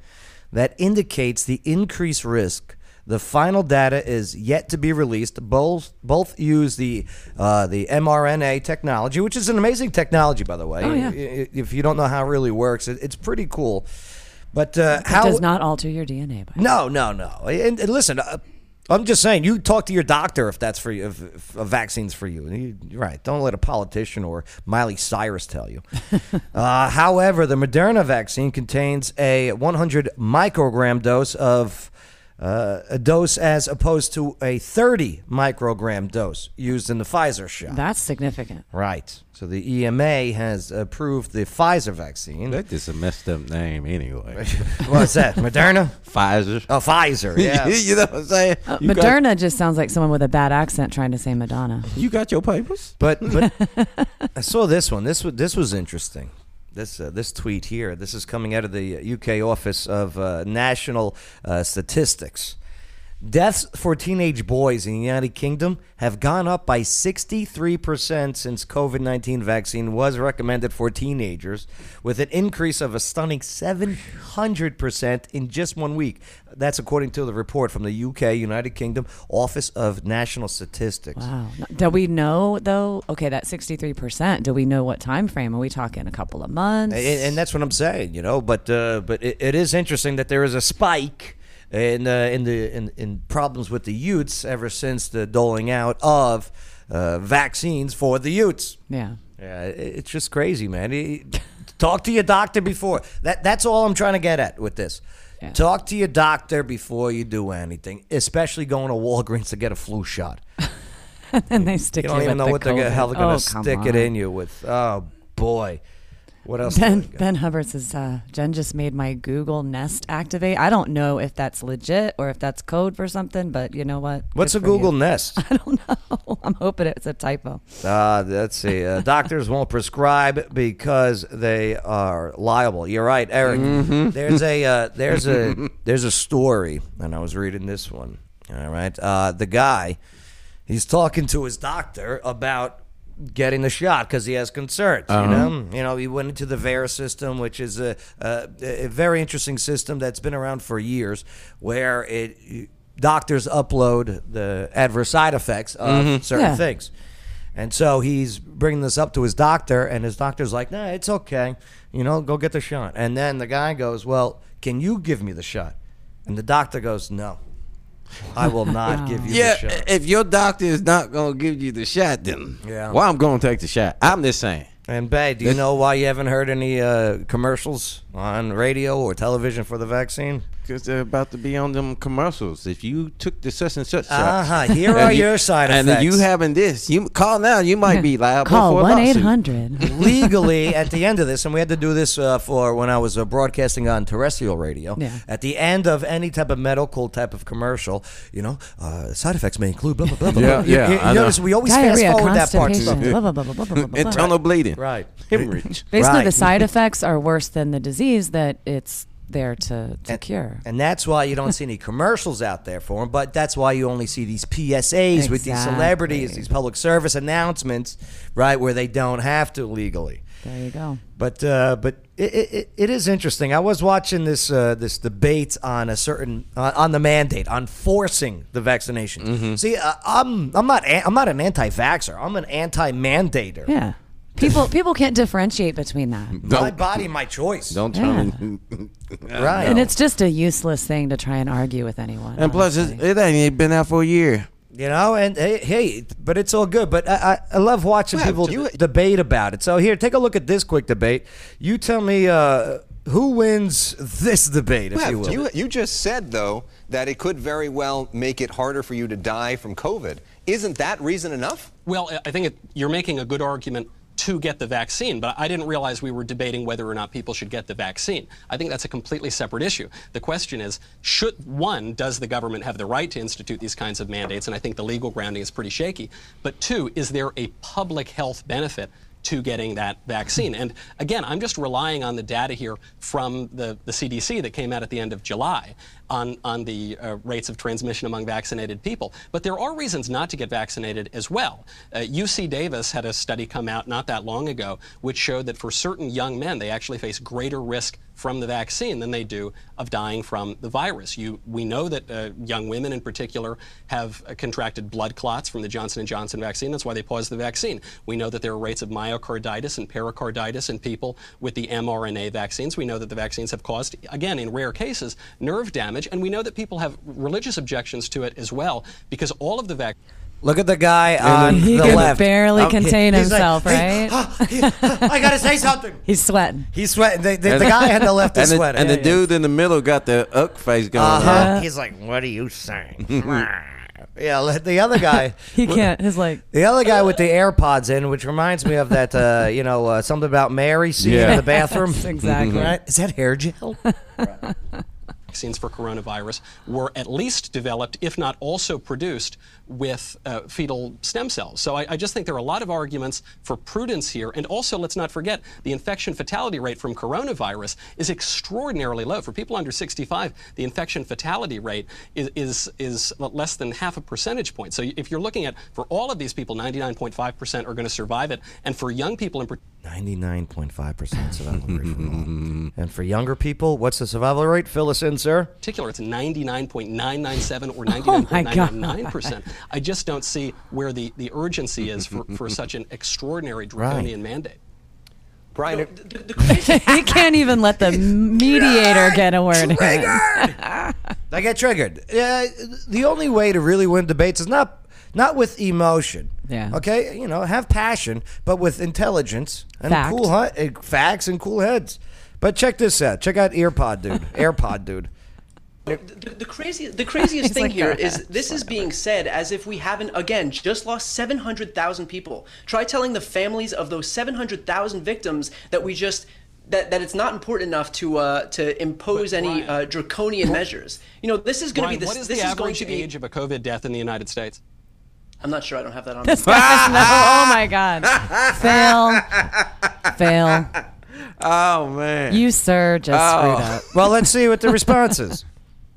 Speaker 1: that indicates the increased risk. The final data is yet to be released. Both both use the uh, the mRNA technology, which is an amazing technology, by the way.
Speaker 5: Oh, yeah.
Speaker 1: I- i- If you don't know how it really works, it, it's pretty cool. But uh,
Speaker 5: It
Speaker 1: how
Speaker 5: does not alter your DNA. By
Speaker 1: no, no, no. And, and listen, uh, I'm just saying, you talk to your doctor if that's for you, if, if a vaccine's for you. you. you're Right. Don't let a politician or Miley Cyrus tell you. uh, however, the Moderna vaccine contains a 100 microgram dose of. Uh, a dose as opposed to a 30 microgram dose used in the Pfizer shot.
Speaker 5: That's significant.
Speaker 1: right. So the EMA has approved the Pfizer vaccine.
Speaker 2: that is a messed up name anyway.
Speaker 1: What's that? Moderna?
Speaker 2: Pfizer.
Speaker 1: Oh, Pfizer. Yeah.
Speaker 2: you know what I'm saying? you
Speaker 5: Moderna just sounds like someone with a bad accent trying to say Madonna.
Speaker 2: Got, you got your papers?
Speaker 1: But but I saw this one. This was this was interesting. This uh, this tweet here. This is coming out of the UK office of uh, National uh, Statistics. Deaths for teenage boys in the United Kingdom have gone up by 63% since COVID 19 vaccine was recommended for teenagers, with an increase of a stunning 700% in just one week. That's according to the report from the UK, United Kingdom Office of National Statistics.
Speaker 5: Wow. Do we know though? Okay, that sixty-three percent. Do we know what time frame? Are we talking a couple of months?
Speaker 1: and, and that's what I'm saying, you know. But uh, but it, it is interesting that there is a spike in uh, in the in, in problems with the youths ever since the doling out of uh, vaccines for the youths.
Speaker 5: yeah.
Speaker 1: Yeah, it- it's just crazy, man. He- Talk to your doctor before. That that's all I'm trying to get at with this.
Speaker 5: Yeah.
Speaker 1: Talk to your doctor before you do anything, especially going to Walgreens to get a flu shot.
Speaker 5: And they stick
Speaker 1: You
Speaker 5: you,
Speaker 1: don't even
Speaker 5: with
Speaker 1: know
Speaker 5: the
Speaker 1: what they're gonna, how
Speaker 5: COVID.
Speaker 1: they're going
Speaker 5: Oh,
Speaker 1: to
Speaker 5: come
Speaker 1: stick it
Speaker 5: on.
Speaker 1: in you with. Oh boy, what else? do
Speaker 5: Ben,
Speaker 1: we got?
Speaker 5: ben Hubbard says, uh, Jen just made my Google Nest activate. I don't know if that's legit or if that's code for something, but you know what?
Speaker 1: What's a
Speaker 5: Good for you.
Speaker 1: Google Nest?
Speaker 5: I don't know. I'm hoping it's a typo.
Speaker 1: Uh, let's see. Uh, doctors won't prescribe because they are liable. You're right, Eric. There's a uh, there's a there's a story, and I was reading this one. All right, uh, the guy, he's talking to his doctor about getting the shot because he has concerns. You know, you know, he went into the VAR system, which is a, a, a very interesting system that's been around for years, where it doctors upload the adverse side effects of certain
Speaker 5: Yeah.
Speaker 1: things. And so he's bringing this up to his doctor, and his doctor's like, "No, it's okay. You know, go get the shot." And then the guy goes, "Well, can you give me the shot?" And the doctor goes, "No, I will not give you
Speaker 2: Yeah,
Speaker 1: the shot."
Speaker 2: if your doctor is not gonna give you the shot, then
Speaker 1: Yeah.
Speaker 2: well, I'm gonna take the shot. I'm just saying.
Speaker 1: And Bay, do you know why you haven't heard any uh, commercials on radio or television for the vaccine?
Speaker 2: Because they're about to be on them commercials. If you took the such and such shot,
Speaker 1: Uh-huh, here are
Speaker 2: you-
Speaker 1: your side
Speaker 2: and
Speaker 1: effects.
Speaker 2: you having this, you call now. You might be liable
Speaker 5: Call
Speaker 2: for a
Speaker 5: 1
Speaker 2: lawsuit.
Speaker 5: 800.
Speaker 1: legally at the end of this, and we had to do this uh, for when I was uh, broadcasting on terrestrial radio.
Speaker 5: Yeah.
Speaker 1: At the end of any type of medical type of commercial, you know, uh, side effects may include blah blah blah. blah,
Speaker 2: Yeah,
Speaker 1: blah. You-
Speaker 2: yeah,
Speaker 1: you,
Speaker 2: I know.
Speaker 1: notice we always
Speaker 5: Diarrhea,
Speaker 1: fast forward that part.
Speaker 5: constipation, blah, blah, blah, blah, blah, blah, blah, blah.
Speaker 2: Internal bleeding,
Speaker 1: Right.
Speaker 2: Hemorrhage.
Speaker 5: Basically,
Speaker 1: Right.
Speaker 5: the side effects are worse than the disease that it's there to, to cure.
Speaker 1: And that's why you don't see any commercials out there for them, but that's why you only see these PSAs with these celebrities,
Speaker 5: Exactly.
Speaker 1: these public service announcements, right, where they don't have to legally.
Speaker 5: there you go.
Speaker 1: But uh, but it, it, it- it is interesting. I was watching this uh, this debate on a certain uh, on the mandate on forcing the vaccination. See, uh, I'm I'm not a- I'm not an anti-vaxer. I'm an anti-mandator.
Speaker 5: Yeah. People people can't differentiate between that.
Speaker 1: My
Speaker 2: Don't
Speaker 1: body, my choice.
Speaker 2: don't try. And,
Speaker 1: right.
Speaker 5: And it's just a useless thing to try and argue with anyone.
Speaker 1: Oh,
Speaker 2: and plus, it,
Speaker 5: honestly.
Speaker 2: it ain't been out for a year.
Speaker 1: You know, and hey, hey, but it's all good. But I, I, I love watching
Speaker 2: Well,
Speaker 1: people
Speaker 2: you-
Speaker 1: debate about it. So here, take a look at this quick debate. You tell me uh, who wins this debate, if you will.
Speaker 8: You, you just said, though, that it could very well make it harder for you to die from COVID. Isn't that reason enough?
Speaker 9: Well, I- I think it, you're making a good argument to get the vaccine, but I didn't realize we were debating whether or not people should get the vaccine. I think that's a completely separate issue. The question is, should one, does the government have the right to institute these kinds of mandates? And I think the legal grounding is pretty shaky. But two, is there a public health benefit to getting that vaccine. And again, I'm just relying on the data here from the, the CDC that came out at the end of July on, on the uh, rates of transmission among vaccinated people. But there are reasons not to get vaccinated as well. Uh, UC Davis had a study come out not that long ago which showed that for certain young men, they actually face greater risk from the vaccine than they do of dying from the virus. You, we know that uh, young women in particular have uh, contracted blood clots from the Johnson & Johnson vaccine. That's why they paused the vaccine. We know that there are rates of myocarditis and pericarditis in people with the mRNA vaccines. We know that the vaccines have caused, again, in rare cases, nerve damage. And we know that people have religious objections to it as well because all of the vaccines...
Speaker 1: Look at the guy on
Speaker 5: He
Speaker 1: the
Speaker 5: can
Speaker 1: left.
Speaker 5: barely
Speaker 1: Um,
Speaker 5: contain
Speaker 1: he's like,
Speaker 5: himself,
Speaker 1: "Hey,
Speaker 5: right?
Speaker 1: ah, he- ah, I gotta say something.
Speaker 5: He's sweating.
Speaker 1: He's sweating. The, the, the guy on the left
Speaker 2: And
Speaker 1: is
Speaker 2: the,
Speaker 1: sweating.
Speaker 2: and the dude in the middle got the uck face going.
Speaker 1: Uh-huh.
Speaker 2: on.
Speaker 1: He's like, "What are you saying?" yeah, let the other guy.
Speaker 5: He can't. He's like,
Speaker 1: The other guy with the AirPods in, which reminds me of that, uh, you know, uh, something about Mary scene
Speaker 2: Yeah.
Speaker 1: in the bathroom.
Speaker 5: Exactly.
Speaker 1: Right? Is that hair gel?
Speaker 9: vaccines for coronavirus were at least developed, if not also produced, with uh, fetal stem cells. So I, I just think there are a lot of arguments for prudence here. And also, let's not forget the infection fatality rate from coronavirus is extraordinarily low. For people under 65, the infection fatality rate is, is, is less than half a percentage point. So if you're looking at, for all of these people, 99.5% are going to survive it. And for young people in particular,
Speaker 1: 99.5% survival rate. For all. and for younger people, what's the survival rate? Fill us in, sir.
Speaker 9: particular, it's 99.997 or
Speaker 5: Oh my
Speaker 9: 99.999%. I just don't see where the, the urgency is for, for such an extraordinary draconian mandate.
Speaker 8: Brian, it-
Speaker 5: he can't even let the mediator get a word in.
Speaker 1: I get triggered. Uh, the only way to really win debates is not not with emotion.
Speaker 5: Yeah.
Speaker 1: Okay. You know, have passion, but with intelligence and
Speaker 5: Fact.
Speaker 1: cool hu- uh, facts and cool heads. But check this out. Check out EarPod dude. AirPod dude.
Speaker 10: The, the, crazy, the craziest thing
Speaker 5: like,
Speaker 10: here
Speaker 5: "Go
Speaker 10: is
Speaker 5: ahead,
Speaker 10: this is being said as if we haven't, again, just lost 700,000 people. Try telling the families of those 700,000 victims that we just. That, that it's not important enough to uh, to impose
Speaker 9: But
Speaker 10: any
Speaker 9: Brian-
Speaker 10: uh, draconian measures. You know, this is going to
Speaker 9: Brian,
Speaker 10: be this.
Speaker 9: what is
Speaker 10: this
Speaker 9: the
Speaker 10: is going
Speaker 9: average
Speaker 10: to be.
Speaker 9: age of a COVID death in the United States?
Speaker 10: I'm not sure. I don't have that on.
Speaker 5: This guy's no. Oh my God. Fail. Fail.
Speaker 2: Oh man.
Speaker 5: You, sir, just screwed up.
Speaker 1: Oh. Well, let's see what the response is.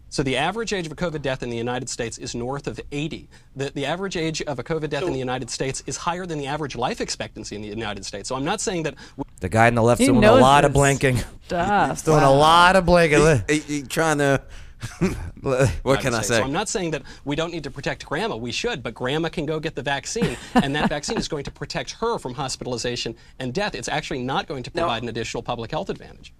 Speaker 9: So the average age of a COVID death in the United States is north of 80. The, the average age of a COVID death in the United States is higher than the average life expectancy in the United States. So I'm not saying that.
Speaker 1: The guy on the left's
Speaker 5: He
Speaker 1: doing a
Speaker 5: knows
Speaker 1: lot of
Speaker 5: this
Speaker 1: blinking.
Speaker 5: Stuff.
Speaker 1: He's doing a lot of blinking.
Speaker 2: He- he trying to. what can I
Speaker 9: So I'm
Speaker 2: say?
Speaker 9: not saying that we don't need to protect grandma. We should, but grandma can go get the vaccine, and that vaccine is going to protect her from hospitalization and death. It's actually not going to provide an additional public health advantage.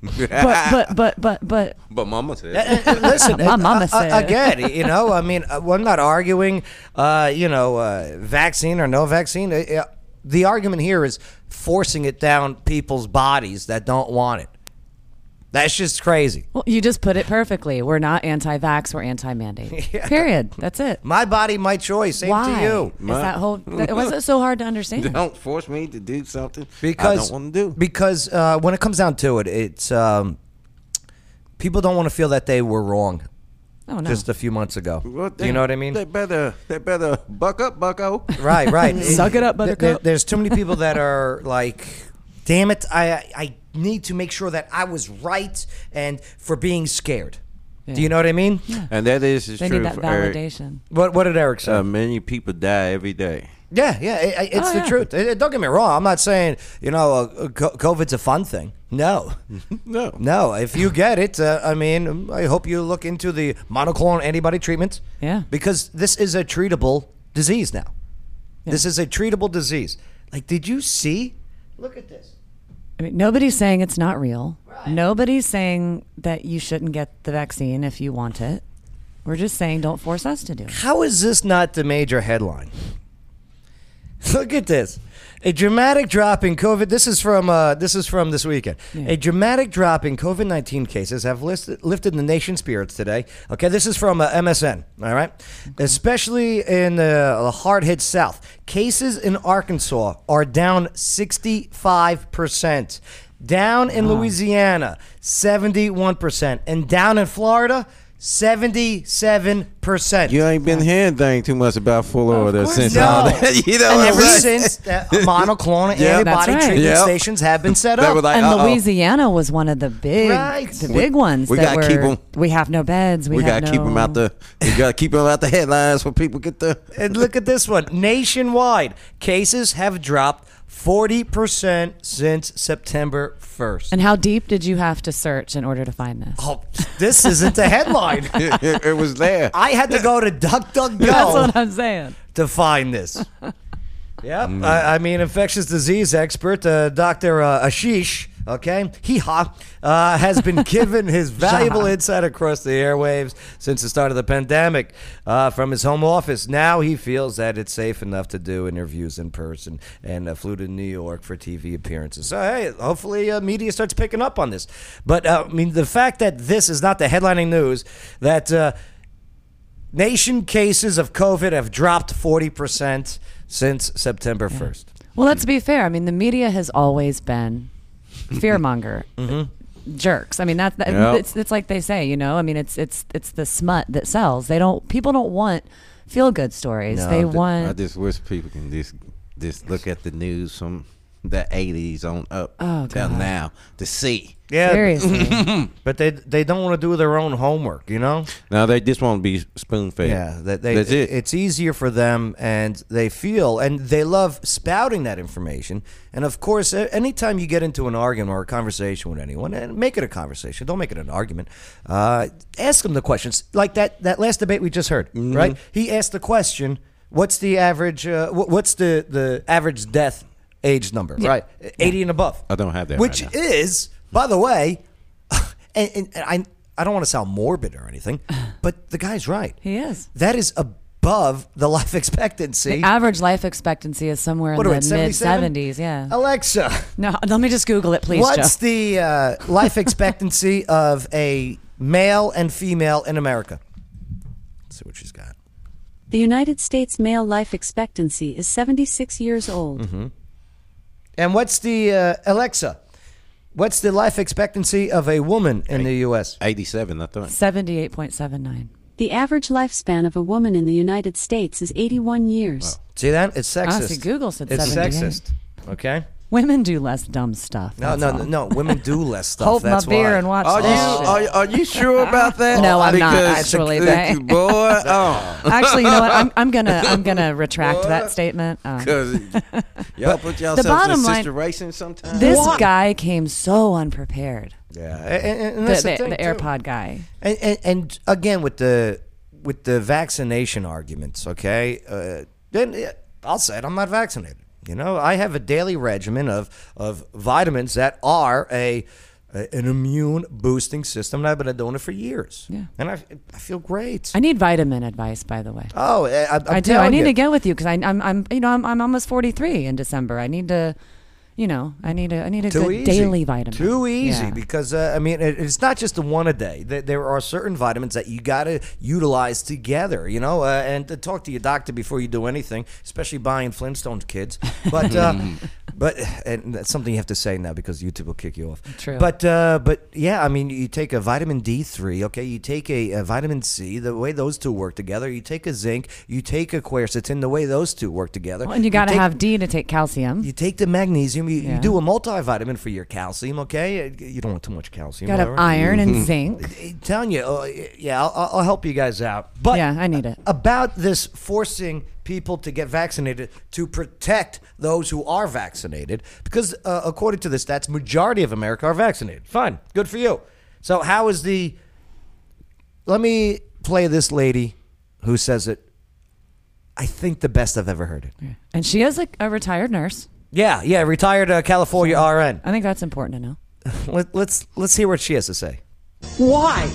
Speaker 5: But but but but but
Speaker 2: But Mama said.
Speaker 1: eh, Listen,
Speaker 5: My mama
Speaker 1: uh,
Speaker 5: said.
Speaker 1: uh, again, you know, I mean, uh, well, I'm not arguing, uh, you know, uh, vaccine or no vaccine. Uh, uh, the argument here is forcing it down people's bodies that don't want it. That's just crazy.
Speaker 5: well, you just put it perfectly. We're not anti-vax. We're anti-mandate. Period. That's it.
Speaker 1: My body, my choice. Same
Speaker 5: Why
Speaker 1: to you.
Speaker 5: is that whole? It wasn't so hard to understand.
Speaker 2: Don't force me to do something
Speaker 1: because
Speaker 2: I don't want to do.
Speaker 1: Because uh, when it comes down to it, it's um, people don't want to feel that they were wrong.
Speaker 5: Oh no.
Speaker 1: Just a few months ago,
Speaker 2: Well,
Speaker 1: do you know what I mean?
Speaker 2: They better, they better buck up, bucko.
Speaker 1: Right, right.
Speaker 5: Suck it up,
Speaker 1: There-
Speaker 5: Buttercup.
Speaker 1: there- there's too many people that are like, damn it, I I need to make sure that I was right and for being scared. Do you know what I mean?
Speaker 2: And that is is
Speaker 5: they
Speaker 2: true
Speaker 5: need that
Speaker 2: for Eric.
Speaker 5: validation.
Speaker 1: What What did Eric say?
Speaker 2: Uh, many people die every day.
Speaker 1: yeah, yeah, i i- it's
Speaker 5: Oh,
Speaker 1: the
Speaker 5: yeah.
Speaker 1: truth. I- I- don't get me wrong. I'm not saying you know uh, uh, co- COVID's a fun thing. No,
Speaker 2: No.
Speaker 1: no. If you get it, uh, I mean, I hope you look into the monoclonal antibody treatments.
Speaker 5: Yeah.
Speaker 1: because this is a treatable disease now. This is a treatable disease. Like, did you see? Look at this.
Speaker 5: I mean, nobody's saying it's not real. Nobody's saying that you shouldn't get the vaccine if you want it. We're just saying don't force us to do it.
Speaker 1: How is this not the major headline? Look at this. A dramatic drop in COVID. This is from uh, this is from this weekend. A dramatic drop in COVID nineteen cases have listed, lifted the nation's spirits today. Okay, this is from uh, MSN. All right, especially in uh, the, the hard hit South, cases in Arkansas are down sixty five percent, down in Louisiana seventy one percent, and down in Florida seventy seven percent.
Speaker 2: You ain't been hearing thing too much about Florida since
Speaker 1: not.
Speaker 2: all that. You know what I'm
Speaker 1: Ever
Speaker 2: saying?
Speaker 1: since that monoclonal antibody
Speaker 5: That's right.
Speaker 1: treatment
Speaker 2: Yep.
Speaker 1: stations have been set
Speaker 2: They
Speaker 1: up.
Speaker 2: were like,
Speaker 5: and
Speaker 2: uh-oh.
Speaker 5: Louisiana was one of the big,
Speaker 1: Right.
Speaker 5: the
Speaker 1: We-
Speaker 5: big ones.
Speaker 2: we
Speaker 5: that
Speaker 2: gotta keep
Speaker 5: were-
Speaker 2: 'em-
Speaker 5: We have no beds. We,
Speaker 2: we
Speaker 5: have
Speaker 2: gotta keep
Speaker 5: no-
Speaker 2: them out the. We gotta keep them out the headlines when people get the.
Speaker 1: and look at this one. Nationwide, cases have dropped 40% since September 1st.
Speaker 5: And how deep did you have to search in order to find this?
Speaker 1: oh, this isn't the headline.
Speaker 2: It, it- it was there.
Speaker 1: I had to go to DuckDuckGo.
Speaker 5: That's what I'm saying.
Speaker 1: to find this. yeah, I, I mean, infectious disease expert uh, Dr. Uh, Ashish, okay, he ha, uh, has been given his valuable insight across the airwaves since the start of the pandemic uh, from his home office. Now he feels that it's safe enough to do interviews in person and uh, flew to New York for TV appearances. So, hey, hopefully uh, media starts picking up on this. But, uh, I mean, the fact that this is not the headlining news, that. Uh, Nation cases of COVID have dropped 40% since September 1st.
Speaker 5: Well, let's be fair. I mean, the media has always been fearmonger. Jerks. I mean, that's that,
Speaker 2: Mm-hmm. Yep.
Speaker 5: it's, it's like they say, you know. I mean, it's it's it's the smut that sells. They don't people don't want feel good stories.
Speaker 2: No,
Speaker 5: they
Speaker 2: I ju-
Speaker 5: want
Speaker 2: I just wish people can just just look at the news from the '80s on up
Speaker 5: Oh,
Speaker 2: till now to see.
Speaker 1: Yeah,
Speaker 5: seriously.
Speaker 1: but they they don't want to do their own homework, you know?
Speaker 2: Now they just want to be spoon fed.
Speaker 1: Yeah, that they
Speaker 2: That's it.
Speaker 1: it's easier for them and they feel and they love spouting that information. And of course, a- anytime you get into an argument or a conversation with anyone, and make it a conversation, don't make it an argument. Uh, ask them the questions. Like that that last debate we just heard,
Speaker 2: Mm-hmm.
Speaker 1: right? He asked the question, what's the average uh, wh- what's the the average death age number, right? 80 and above.
Speaker 2: I don't have that
Speaker 1: Which
Speaker 2: right now.
Speaker 1: is, by the way, and, and, and I I don't want to sound morbid or anything, but the guy's right.
Speaker 5: He is.
Speaker 1: That is above the life expectancy.
Speaker 5: Average life expectancy is somewhere
Speaker 1: What are we
Speaker 5: in
Speaker 1: at,
Speaker 5: the mid
Speaker 1: 77?
Speaker 5: seventies. Yeah.
Speaker 1: Alexa,
Speaker 5: No, let me just Google it, please,
Speaker 1: what's
Speaker 5: Joe.
Speaker 1: the uh, life expectancy of a male and female in America? Let's see what she's got.
Speaker 7: The United States male life expectancy is 76 years old.
Speaker 1: And what's the uh, Alexa? What's the life expectancy of a woman in the U.S.?
Speaker 2: '87, I thought.
Speaker 5: Seventy-eight point seven nine.
Speaker 7: The average lifespan of a woman in the United States is 81 years.
Speaker 1: See that? It's sexist.
Speaker 5: Honestly, Oh, Google said
Speaker 1: it's
Speaker 5: 78.
Speaker 1: sexist. Okay.
Speaker 5: Women do less dumb stuff.
Speaker 1: No,
Speaker 5: that's
Speaker 1: no,
Speaker 5: all.
Speaker 1: no, no. Women do less stuff.
Speaker 5: Hold my
Speaker 1: that's
Speaker 5: beer
Speaker 1: why.
Speaker 5: and watch
Speaker 2: Are you,
Speaker 5: this Oh, shit.
Speaker 2: are, are you sure about that?
Speaker 5: No, I'm not,
Speaker 2: Because-
Speaker 5: actually,
Speaker 2: because
Speaker 5: they-
Speaker 2: boy, oh,
Speaker 5: Actually, you know what? I'm, I'm gonna I'm gonna retract that statement. Um,
Speaker 2: because y'all put yourselves
Speaker 5: bottom
Speaker 2: in
Speaker 5: line-
Speaker 2: sister racing sometimes.
Speaker 5: this guy came so unprepared.
Speaker 1: Yeah, and, and- and
Speaker 5: The,
Speaker 1: that's
Speaker 5: the,
Speaker 1: the, thing,
Speaker 5: the
Speaker 1: too.
Speaker 5: AirPod guy.
Speaker 1: And, and, and again, with the with the vaccination arguments, okay, uh, then yeah, I'll say it. I'm not vaccinated. You know, I have a daily regimen of of vitamins that are a, a- an immune boosting system, and I've been doing it for years.
Speaker 5: Yeah.
Speaker 1: and I, I feel great.
Speaker 5: I need vitamin advice, by the way.
Speaker 1: oh, I, I,
Speaker 5: I do. I need to get with you because I'm I'm you know I'm, I'm almost 43 in December. I need to, you know, I need a I need a
Speaker 1: Too
Speaker 5: good
Speaker 1: easy.
Speaker 5: daily vitamin.
Speaker 1: Too easy
Speaker 5: Yeah.
Speaker 1: because uh, I mean it, it's not just the one a day. There, there are certain vitamins that you got to utilize together, you know, uh, and to talk to your doctor before you do anything, especially buying Flintstones kids. But uh, but and that's something you have to say now because YouTube will kick you off.
Speaker 5: True.
Speaker 1: But uh, but yeah, I mean you take a vitamin D three, okay, you take a, a vitamin C. The way those two work together, you take a zinc, you take a quercetin. The way those two work together,
Speaker 5: Well, and you got to
Speaker 1: take-
Speaker 5: have D to take calcium.
Speaker 1: you take the magnesium. You,
Speaker 5: Yeah.
Speaker 1: you do a multivitamin for your calcium. Okay, you don't want too much calcium.
Speaker 5: got to have
Speaker 1: whatever.
Speaker 5: iron and zinc.
Speaker 1: I'm telling you, uh, yeah, I'll- I'll, I'll help you guys out. But
Speaker 5: Yeah, I need it.
Speaker 1: about this forcing people to get vaccinated to protect those who are vaccinated, because uh, according to the stats, majority of America are vaccinated. Fine, good for you. So how is the? Let me play this lady who says it. I think the best I've ever heard it.
Speaker 5: And she is a, a retired nurse.
Speaker 1: Yeah, yeah, retired uh, California RN.
Speaker 5: I think that's important to know.
Speaker 1: Let, let's let's hear what she has to say.
Speaker 11: Why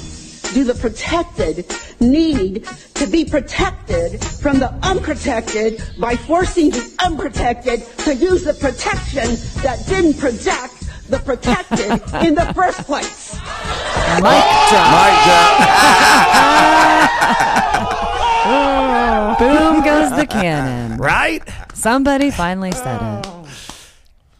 Speaker 11: do the protected need to be protected from the unprotected by forcing the unprotected to use the protection that didn't protect the protected in the first place?
Speaker 2: Mic drop.
Speaker 5: Boom goes the cannon.
Speaker 1: Right?
Speaker 5: Somebody finally said it.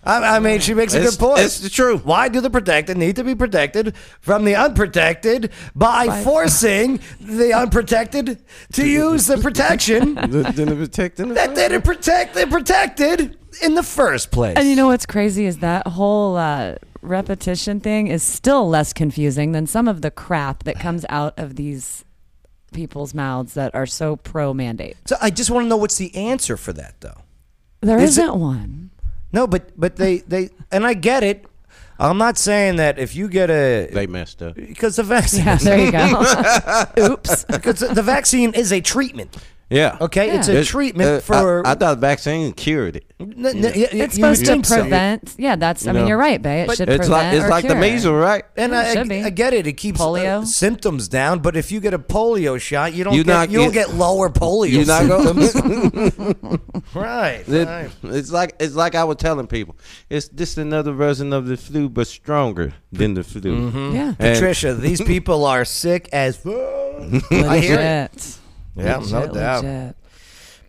Speaker 1: I, I mean, she makes a
Speaker 2: It's-
Speaker 1: good point.
Speaker 2: it's the truth.
Speaker 1: Why do the protected need to be protected from the unprotected by forcing the unprotected to use the protection
Speaker 2: Didn't protect them.
Speaker 1: that didn't protect the protected in the first place?
Speaker 5: And you know what's crazy is that whole uh, repetition thing is still less confusing than some of the crap that comes out of these people's mouths that are so pro mandate.
Speaker 1: so I just want to know what's the answer for that, though.
Speaker 5: There
Speaker 1: Is it-
Speaker 5: not one.
Speaker 1: No, but but they they and I get it. I'm not saying that if you get a
Speaker 2: They messed up.
Speaker 1: because the vaccine
Speaker 5: Yeah, there you go. Oops.
Speaker 1: because the vaccine is a treatment.
Speaker 2: Yeah.
Speaker 1: Okay, it's a
Speaker 2: It's-
Speaker 1: treatment
Speaker 2: uh, I-
Speaker 1: for.
Speaker 2: I, thought vaccine cured it.
Speaker 1: N- n- y- y-
Speaker 5: It's supposed
Speaker 1: you
Speaker 5: to
Speaker 1: think so.
Speaker 5: prevent. Yeah, that's. I mean,
Speaker 2: No.
Speaker 5: you're right, Bay. It should
Speaker 2: it's
Speaker 5: prevent
Speaker 2: like it's
Speaker 5: or
Speaker 2: like the
Speaker 5: cure.
Speaker 2: measles, right?
Speaker 1: And
Speaker 5: Yeah, it
Speaker 1: I,
Speaker 5: should be.
Speaker 1: I, I get it. It keeps uh,
Speaker 5: Polio.
Speaker 1: symptoms down. But if you get a polio shot, you don't
Speaker 2: You're
Speaker 1: get
Speaker 2: not-
Speaker 1: you don't
Speaker 2: you-
Speaker 1: get lower polio.
Speaker 2: You're not going.
Speaker 1: symptoms. right. right.
Speaker 2: It, it's like it's like I was telling people. It's just another version of the flu, but stronger than the flu.
Speaker 5: Yeah.
Speaker 2: And-
Speaker 1: Patricia, these people are sick as. fuck. I hear it.
Speaker 5: Legit.
Speaker 1: Yeah, no
Speaker 5: Legit,
Speaker 1: doubt.
Speaker 5: legit.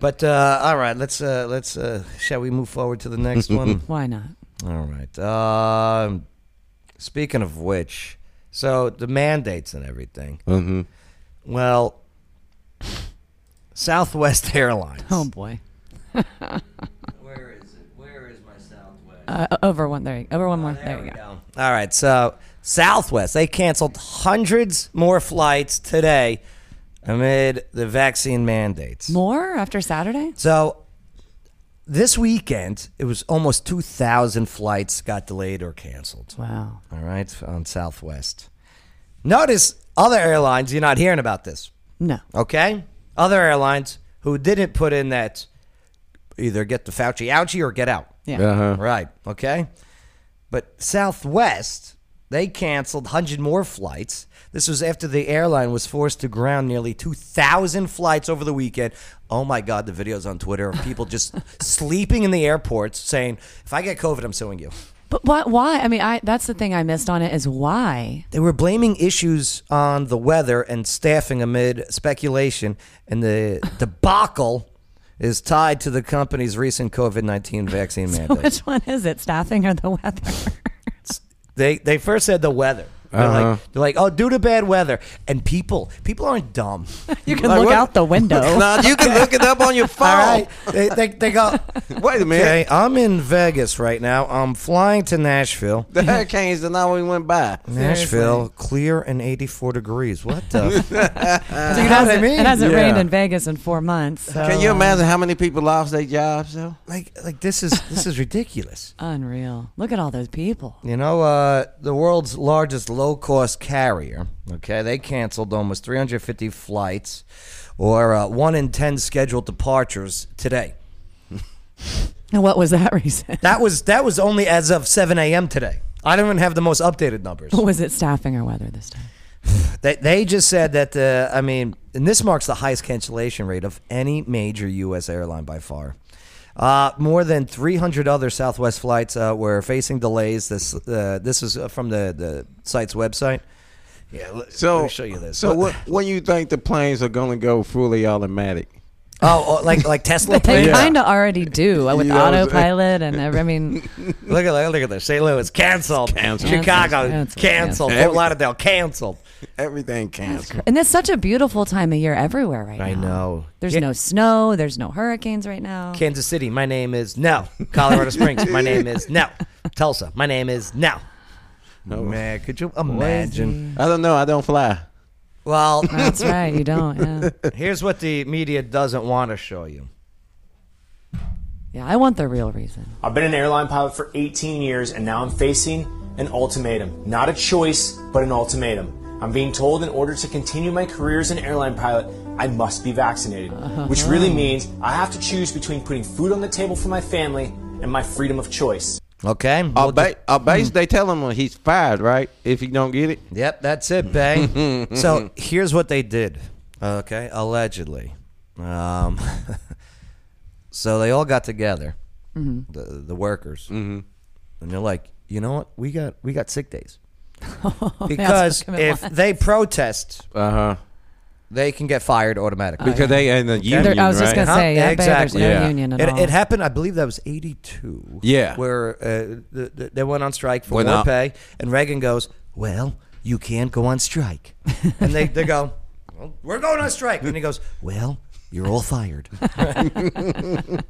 Speaker 1: But uh, all right, let's uh, let's uh, shall we move forward to the next one?
Speaker 5: Why not?
Speaker 1: All right. Um, speaking of which, so the mandates and everything. Mm-hmm. Well, Southwest Airlines.
Speaker 5: Oh boy.
Speaker 1: Where is it? Where is my Southwest?
Speaker 5: Uh, over one. There. You, over one more. there you go.
Speaker 1: All right. So Southwest, they canceled hundreds more flights today amid the vaccine mandates.
Speaker 5: More after Saturday.
Speaker 1: So this weekend, it was almost 2,000 flights got delayed or canceled.
Speaker 5: Wow.
Speaker 1: All right, on Southwest. Notice other airlines, you're not hearing about this,
Speaker 5: No.
Speaker 1: okay? Other airlines who didn't put in that either get the Fauci ouchie or get out.
Speaker 5: Yeah.
Speaker 1: Right, okay? But Southwest, they canceled 100 more flights. This was after the airline was forced to ground nearly 2,000 flights over the weekend. Oh my God, the videos on Twitter of people just sleeping in the airports saying, if I get COVID, I'm suing you.
Speaker 5: But why? Why? I mean, I. That's the thing I missed on it is why.
Speaker 1: They were blaming issues on the weather and staffing amid speculation, and the debacle is tied to the company's recent COVID 19 vaccine mandate.
Speaker 5: Which one is it? Staffing or the weather?
Speaker 1: They, they first said the weather. They're
Speaker 2: Uh-huh.
Speaker 1: like, they're like, oh, due to bad weather and people, people aren't dumb.
Speaker 5: You can look out the window.
Speaker 2: Nah, you can look it up on your phone.
Speaker 1: All right. They, they, they go,
Speaker 2: Wait a minute.
Speaker 1: okay, I'm in Vegas right now. I'm flying to Nashville.
Speaker 2: The hurricanes that now we went by.
Speaker 1: Nashville, clear and 84 degrees. What the?
Speaker 5: So it,
Speaker 1: That's what I
Speaker 5: hasn't,
Speaker 1: mean.
Speaker 5: it hasn't
Speaker 1: Yeah. Uh,
Speaker 5: rained in Vegas in four months. so,
Speaker 2: Can you
Speaker 5: um,
Speaker 2: imagine how many people lost their jobs though?
Speaker 1: like, like this is this is ridiculous.
Speaker 5: Unreal. Look at all those people.
Speaker 1: You know, uh, the world's largest low cost carrier, okay, they canceled almost 350 flights or uh, one in 10 scheduled departures today.
Speaker 5: And what was that reason?
Speaker 1: That was that was only as of 7 a.m. today. I don't even have the most updated numbers.
Speaker 5: was it staffing or weather this time?
Speaker 1: They, they just said that, uh, I mean, and this marks the highest cancellation rate of any major U.S. airline by far. Uh, more than 300 other Southwest flights uh, were facing delays. This uh, this is uh, from the, the site's website. Yeah, let,
Speaker 2: So
Speaker 1: let me show you this.
Speaker 2: So what when you think the planes are gonna go fully automatic?
Speaker 1: Oh, oh, like like Tesla.
Speaker 5: They
Speaker 1: planes?
Speaker 5: kind of already do uh, with
Speaker 2: Yeah, I was-
Speaker 5: autopilot and every- I mean,
Speaker 1: Look at look at this. St. Louis canceled.
Speaker 2: Canceled.
Speaker 1: Chicago
Speaker 5: Canceled,
Speaker 1: canceled.
Speaker 5: canceled.
Speaker 1: Fort Lauderdale canceled.
Speaker 2: Everything canceled.
Speaker 5: and it's such a beautiful time of year everywhere right now.
Speaker 1: I know.
Speaker 5: There's
Speaker 1: Yeah.
Speaker 5: no snow. There's no hurricanes right now.
Speaker 1: Kansas City, my name is no. Colorado Springs, my name is no. Tulsa, my name is no. Man, could you imagine?
Speaker 2: I don't know, I don't fly.
Speaker 1: Well,
Speaker 5: That's right. You don't. Yeah.
Speaker 1: here's what the media doesn't want to show you.
Speaker 5: yeah. I want the real reason.
Speaker 12: I've been an airline pilot for 18 years and now I'm facing an ultimatum. Not a choice, but an ultimatum. I'm being told in order to continue my career as an airline pilot, I must be vaccinated, which really means I have to choose between putting food on the table for my family and my freedom of choice.
Speaker 1: Okay.
Speaker 2: Our
Speaker 1: we'll
Speaker 2: base, our base
Speaker 5: hmm.
Speaker 2: they tell him uh, he's fired, right? If he don't get it.
Speaker 5: Oh,
Speaker 1: ju- yep, that's it, Bay. so here's what they did. Okay, allegedly. Um, so they all got together, the the workers, and they're like, you know what? We got we got sick days because
Speaker 5: come at
Speaker 1: if
Speaker 5: once.
Speaker 1: they protest,
Speaker 2: Uh huh.
Speaker 1: they can get fired automatically.
Speaker 2: Because they in the union,
Speaker 5: There- I was just
Speaker 2: right?
Speaker 5: gonna say,
Speaker 1: Huh?
Speaker 5: yeah, babe, there's
Speaker 1: Exactly.
Speaker 5: no
Speaker 2: Yeah.
Speaker 5: union at
Speaker 1: It,
Speaker 5: all.
Speaker 1: it happened, I believe that was 82.
Speaker 2: Yeah.
Speaker 1: Where uh, the, the, they went on strike for
Speaker 2: Went
Speaker 1: more
Speaker 2: out.
Speaker 1: pay. And Reagan goes, Well, you can't go on strike. and they, they go, well, We're going on strike. And he goes, Well, you're all fired.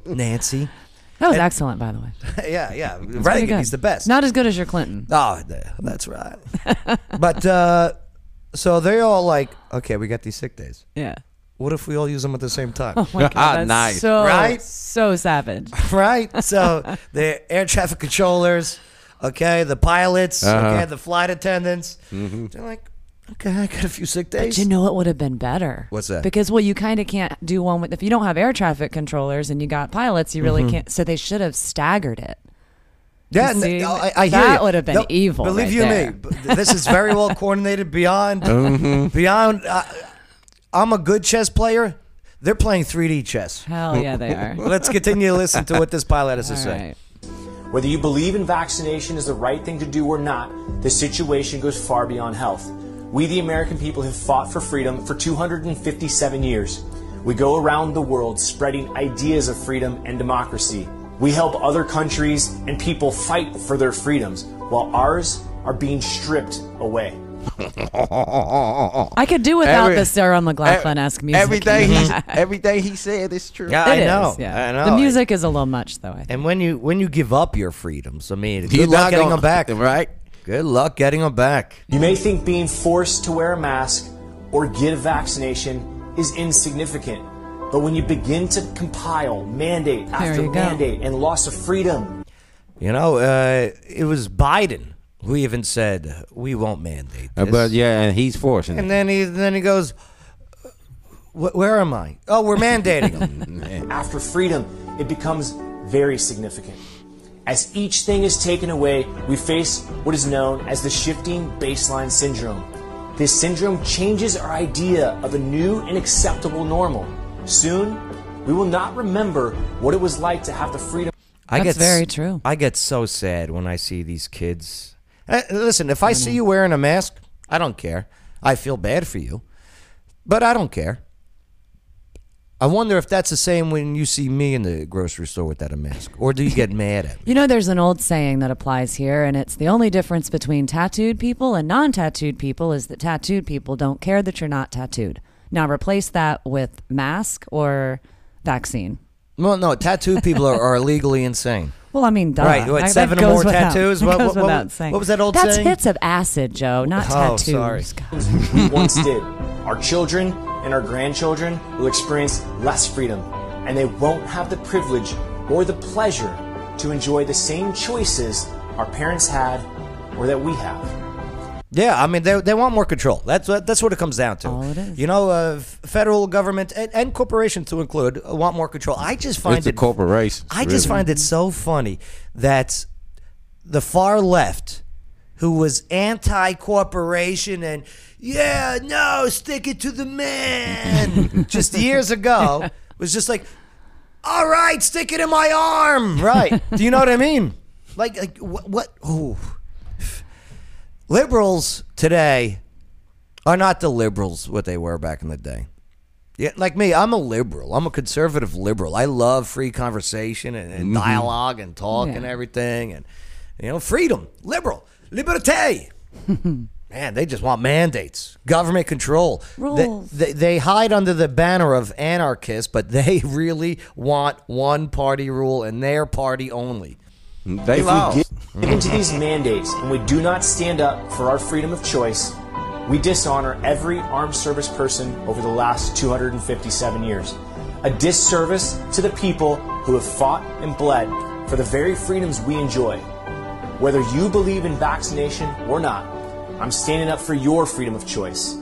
Speaker 1: Nancy.
Speaker 5: that was excellent, by the way.
Speaker 1: Yeah, yeah.
Speaker 5: Pretty
Speaker 1: Reagan,
Speaker 5: good.
Speaker 1: he's the best.
Speaker 5: Not as good as your Clinton.
Speaker 1: Oh, th- that's right. but uh, so they're all like, Okay, we got these sick days.
Speaker 5: Yeah.
Speaker 1: What if we all use them at the same time?
Speaker 5: Oh my God,
Speaker 2: Ah,
Speaker 5: that's
Speaker 2: nice.
Speaker 5: So,
Speaker 1: Right?
Speaker 5: So savage.
Speaker 1: right? So the air traffic controllers, okay, the pilots,
Speaker 2: Uh-huh.
Speaker 1: okay, the flight attendants.
Speaker 2: Mm-hmm.
Speaker 1: They're like, okay, I got a few sick days.
Speaker 5: Do you know what would have been better?
Speaker 1: What's that?
Speaker 5: Because well, you kind of can't do one with if you don't have air traffic controllers and you got pilots, you really can't. So they should have staggered it.
Speaker 1: Mm-hmm. yeah,
Speaker 5: you
Speaker 1: no,
Speaker 5: see,
Speaker 1: I, I hear
Speaker 5: that
Speaker 1: you.
Speaker 5: would've been evil
Speaker 1: Believe
Speaker 5: right
Speaker 1: you
Speaker 5: there.
Speaker 1: me, b- this is very well coordinated beyond
Speaker 2: Mm-hmm.
Speaker 1: beyond. Uh, I'm a good chess player. They're playing 3D chess.
Speaker 5: Hell yeah, they are.
Speaker 1: Let's continue to listen to what this pilot has to
Speaker 5: All
Speaker 1: say.
Speaker 5: right.
Speaker 12: Whether you believe in vaccination is the right thing to do or not, the situation goes far beyond health. We, the American people, have fought for freedom for 257 years. We go around the world spreading ideas of freedom and democracy. We help other countries and people fight for their freedoms, while ours are being stripped away.
Speaker 5: I could do without
Speaker 2: Every-
Speaker 5: the Sarah McLaughlin esque music.
Speaker 2: Everything
Speaker 5: It
Speaker 2: he everything he said is true.
Speaker 1: Yeah, I
Speaker 5: is,
Speaker 1: know.
Speaker 5: yeah.
Speaker 1: I know.
Speaker 5: The music is a little much, though. I think.
Speaker 1: And when you when you give up your freedoms, I mean,
Speaker 2: You're
Speaker 1: good luck
Speaker 2: not
Speaker 1: getting
Speaker 2: gonna-
Speaker 1: them back.
Speaker 2: right?
Speaker 1: Good luck getting them back.
Speaker 12: You may think being forced to wear a mask or get a vaccination is insignificant, but when you begin to compile mandate after
Speaker 5: you go.
Speaker 12: mandate and loss of freedom,
Speaker 1: You know, uh, it was Biden who even said we won't mandate
Speaker 2: Uh,
Speaker 1: this.
Speaker 2: But yeah, and he's forcing
Speaker 1: and
Speaker 2: it.
Speaker 1: then he then he goes, "Wh- "Where am I? Oh, we're mandating them."
Speaker 12: after freedom, it becomes very significant. As each thing is taken away, we face what is known as the shifting baseline syndrome. This syndrome changes our idea of a new and acceptable normal. Soon, we will not remember what it was like to have the freedom.
Speaker 1: I
Speaker 5: That's
Speaker 1: get s-
Speaker 5: very true.
Speaker 1: I get so sad when I see these kids. Uh, listen, if I see you wearing a mask, I don't care. I feel bad for you, but I don't care. I wonder if that's the same when you see me in the grocery store without a mask, or do you get mad at me?
Speaker 5: You know, there's an old saying that applies here, and it's the only difference between tattooed people and non tattooed people is that tattooed people don't care that you're not tattooed. Now, replace that with mask or vaccine.
Speaker 1: Well, no, tattooed people are, are legally insane.
Speaker 5: Well, I mean, duh.
Speaker 1: Right, what,
Speaker 5: I-
Speaker 1: seven or
Speaker 5: that goes
Speaker 1: more
Speaker 5: without-
Speaker 1: tattoos?
Speaker 5: that
Speaker 1: What-
Speaker 5: goes
Speaker 1: what- what-
Speaker 5: without saying.
Speaker 1: what was that old
Speaker 5: That's
Speaker 1: saying? Oh,
Speaker 5: hits of acid, Joe, not tattoos.
Speaker 12: we once did. Our children and our grandchildren will experience less freedom, and they won't have the privilege or the pleasure to enjoy the same choices our parents had or that we have.
Speaker 1: Yeah, I mean they, they want more control. That's what that's what it comes down to. All it is. You know, uh, f- federal government and, and corporations to include uh, want more control. I just find
Speaker 2: it's
Speaker 1: it
Speaker 2: a corporate race.
Speaker 1: I just find it so funny that the far left, who was anti corporation and yeah, no, stick it to the man, just years ago, was just like, all right, stick it in my arm. Right. Do you know what I mean? Like, like what? what ooh. Liberals today are not the liberals what they were back in the day. Yeah, like me, I'm a liberal. I'm a conservative liberal. I love free conversation and, and
Speaker 2: Mhm.
Speaker 1: dialogue and talk and
Speaker 2: Yeah.
Speaker 1: everything, and you know, freedom, liberal, liberté. Man, they just want mandates, government control. They-
Speaker 5: Rules.
Speaker 1: They, they hide under the banner of anarchists, but they really want one party rule and their party only.
Speaker 2: They
Speaker 12: if we give into these mandates and we do not stand up for our freedom of choice, we dishonor every armed service person over the last 257 years. A disservice to the people who have fought and bled for the very freedoms we enjoy. Whether you believe in vaccination or not, I'm standing up for your freedom of choice.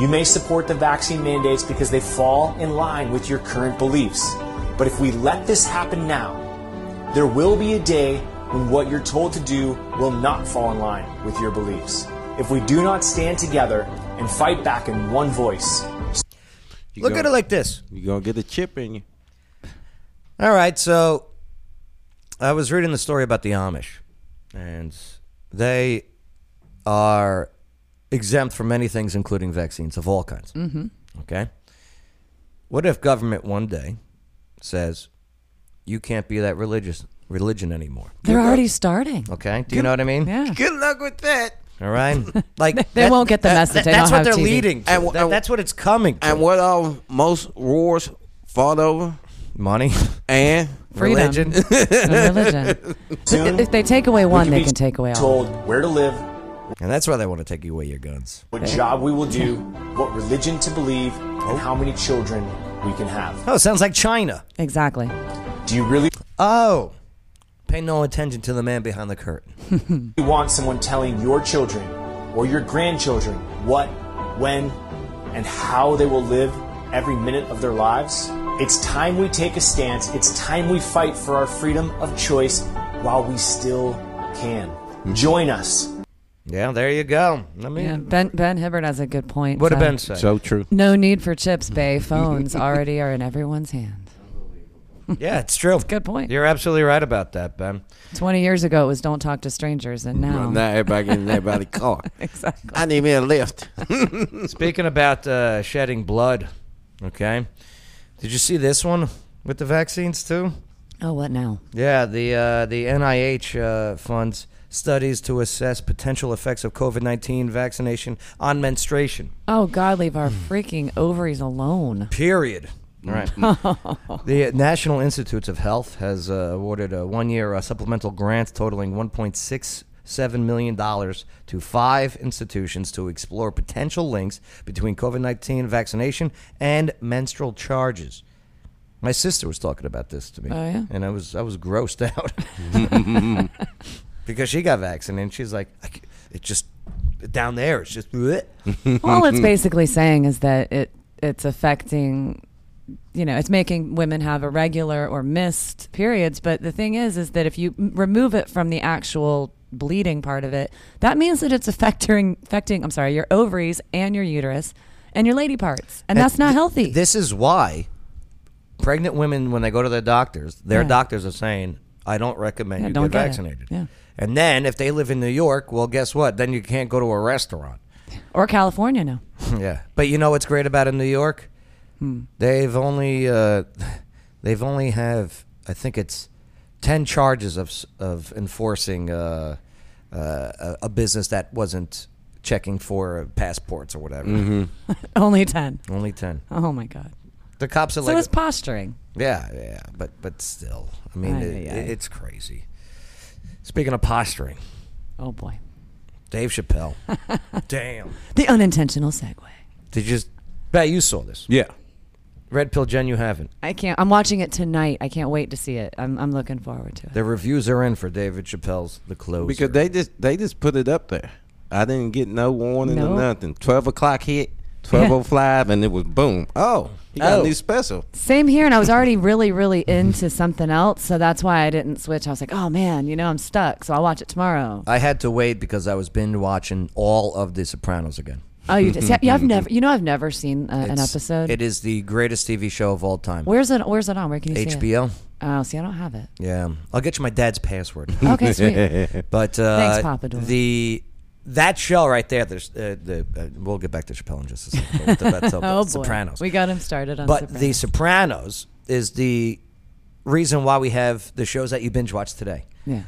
Speaker 12: You may support the vaccine mandates because they fall in line with your current beliefs. But if we let this happen now, there will be a day when what you're told to do will not fall in line with your beliefs. If we do not stand together and fight back in one voice.
Speaker 1: Look at it like this.
Speaker 2: You're going to get a chip in you.
Speaker 1: All right, so I was reading the story about the Amish, and they are exempt from many things, including vaccines of all kinds.
Speaker 5: Mhm.
Speaker 1: Okay. What if government one day says you can't be that religious religion anymore?
Speaker 5: They're already starting.
Speaker 1: Okay. Do you know what I mean?
Speaker 5: Yeah.
Speaker 2: Good luck with that.
Speaker 1: All right. Like
Speaker 5: They won't get the message. They
Speaker 1: that's
Speaker 5: don't
Speaker 1: what
Speaker 5: have
Speaker 1: they're
Speaker 5: TV.
Speaker 1: leading. To.
Speaker 5: And-
Speaker 1: That- that's what it's coming. To.
Speaker 2: And what all most wars fought over?
Speaker 1: Money
Speaker 2: and
Speaker 5: Freedom. And religion.
Speaker 2: Soon,
Speaker 5: if they take away one,
Speaker 2: we
Speaker 5: they
Speaker 2: can
Speaker 5: can take away all.
Speaker 12: told where to live,
Speaker 1: And that's why they want to take away your guns.
Speaker 12: what job we will do, what religion to believe, and how many children we can have.
Speaker 1: Oh, it sounds like China.
Speaker 5: Exactly.
Speaker 12: Do you really
Speaker 1: Oh. Pay no attention to the man behind the curtain.
Speaker 12: You want someone telling your children or your grandchildren what, when, and how they will live every minute of their lives? It's time we take a stance. It's time we fight for our freedom of choice while we still can. Join us.
Speaker 1: Yeah, there you go. I mean,
Speaker 5: Yeah, ben Ben Hibbert has a good point. uh,
Speaker 1: What did
Speaker 5: So-
Speaker 1: Ben say? So true.
Speaker 5: No need for chips, Bay. Phones already are in everyone's hand.
Speaker 1: yeah, it's true. It's a
Speaker 5: good point.
Speaker 1: You're absolutely right about that, Ben.
Speaker 5: Twenty years ago, it was don't talk to strangers, and now
Speaker 2: Now everybody getting everybody car.
Speaker 5: Oh. exactly.
Speaker 2: I need me a lift.
Speaker 1: Speaking about uh, shedding blood, okay? Did you see this one with the vaccines too?
Speaker 5: Oh, what now?
Speaker 1: Yeah, the uh, the NIH uh, funds studies to assess potential effects of COVID nineteen vaccination on menstruation.
Speaker 5: Oh God, leave our freaking ovaries alone.
Speaker 1: Period. Right. the National Institutes of Health has uh, awarded a one-year uh, supplemental grant totaling 1.67 million dollars to five institutions to explore potential links between COVID-19 vaccination and menstrual charges. My sister was talking about this to me,
Speaker 5: Oh, yeah?
Speaker 1: and I was I was grossed out because she got vaccinated. and She's like, I c it just down there. It's just bleh.
Speaker 5: All it's basically saying is that it it's affecting, you know, it's making women have irregular or missed periods. But the thing is, is that if you m- remove it from the actual bleeding part of it, that means that it's affecting affecting. I'm sorry, your ovaries and your uterus and your lady parts, and that's not
Speaker 1: th-
Speaker 5: healthy.
Speaker 1: This is why pregnant women, when they go to their doctors, their
Speaker 5: Yeah.
Speaker 1: doctors are saying, "I don't recommend
Speaker 5: Yeah,
Speaker 1: you
Speaker 5: don't
Speaker 1: get,
Speaker 5: get it.
Speaker 1: vaccinated."
Speaker 5: Yeah.
Speaker 1: And then if they live in New York, well, guess what? Then you can't go to a restaurant.
Speaker 5: or California now.
Speaker 1: yeah. But you know what's great about in New York?
Speaker 5: Hmm.
Speaker 1: They've only uh, they've only have I think it's ten charges of s- of enforcing uh, uh, a- a business that wasn't checking for passports or whatever.
Speaker 2: Mhm.
Speaker 5: Only 10.
Speaker 1: Only ten.
Speaker 5: Oh my God.
Speaker 1: The cops are
Speaker 5: So
Speaker 1: like
Speaker 5: it's posturing.
Speaker 1: Yeah, yeah, but but still, I mean,
Speaker 5: Ay,
Speaker 1: it,
Speaker 5: ay, ay.
Speaker 1: it's crazy. Speaking of posturing,
Speaker 5: oh boy,
Speaker 1: Dave Chappelle. Damn.
Speaker 5: The unintentional segue.
Speaker 1: Did you? Bet you saw this.
Speaker 2: Yeah.
Speaker 1: Red Pill Jen, you haven't.
Speaker 5: I can't. I'm watching it tonight. I can't wait to see it. I'm, I'm looking forward to it.
Speaker 1: The reviews are in for David Chappelle's The Close.
Speaker 2: Because they just they just put it up there. I didn't get no warning
Speaker 5: No.
Speaker 2: or nothing. Twelve o'clock hit, twelve oh five, and it was boom. Oh, he got
Speaker 5: Oh.
Speaker 2: a new special.
Speaker 5: Same here, and I was already really, really into something else, so that's why I didn't switch. I was like, oh man, you know, I'm stuck, so I'll watch it tomorrow.
Speaker 1: I had to wait because I was binge watching all of The Sopranos again.
Speaker 5: Oh, you did? see, yeah, I've never, you know, I've never seen uh, an
Speaker 1: It's-
Speaker 5: episode.
Speaker 1: It is the greatest TV show of all time.
Speaker 5: Where's it? Where's it on? Where can you see it?
Speaker 1: HBO.
Speaker 5: Oh, see, I don't have it.
Speaker 1: Yeah, I'll get you my dad's password.
Speaker 5: Okay, sweet.
Speaker 1: but uh,
Speaker 5: Thanks, Papa Doyle.
Speaker 1: The that show right there. There's uh, the. Uh, we'll get back to Chappelle in just a second. but that's all about
Speaker 5: oh boy,
Speaker 1: Sopranos.
Speaker 5: we got him started on.
Speaker 1: but
Speaker 5: Sopranos.
Speaker 1: the Sopranos is the reason why we have the shows that you binge watch today.
Speaker 5: Yeah.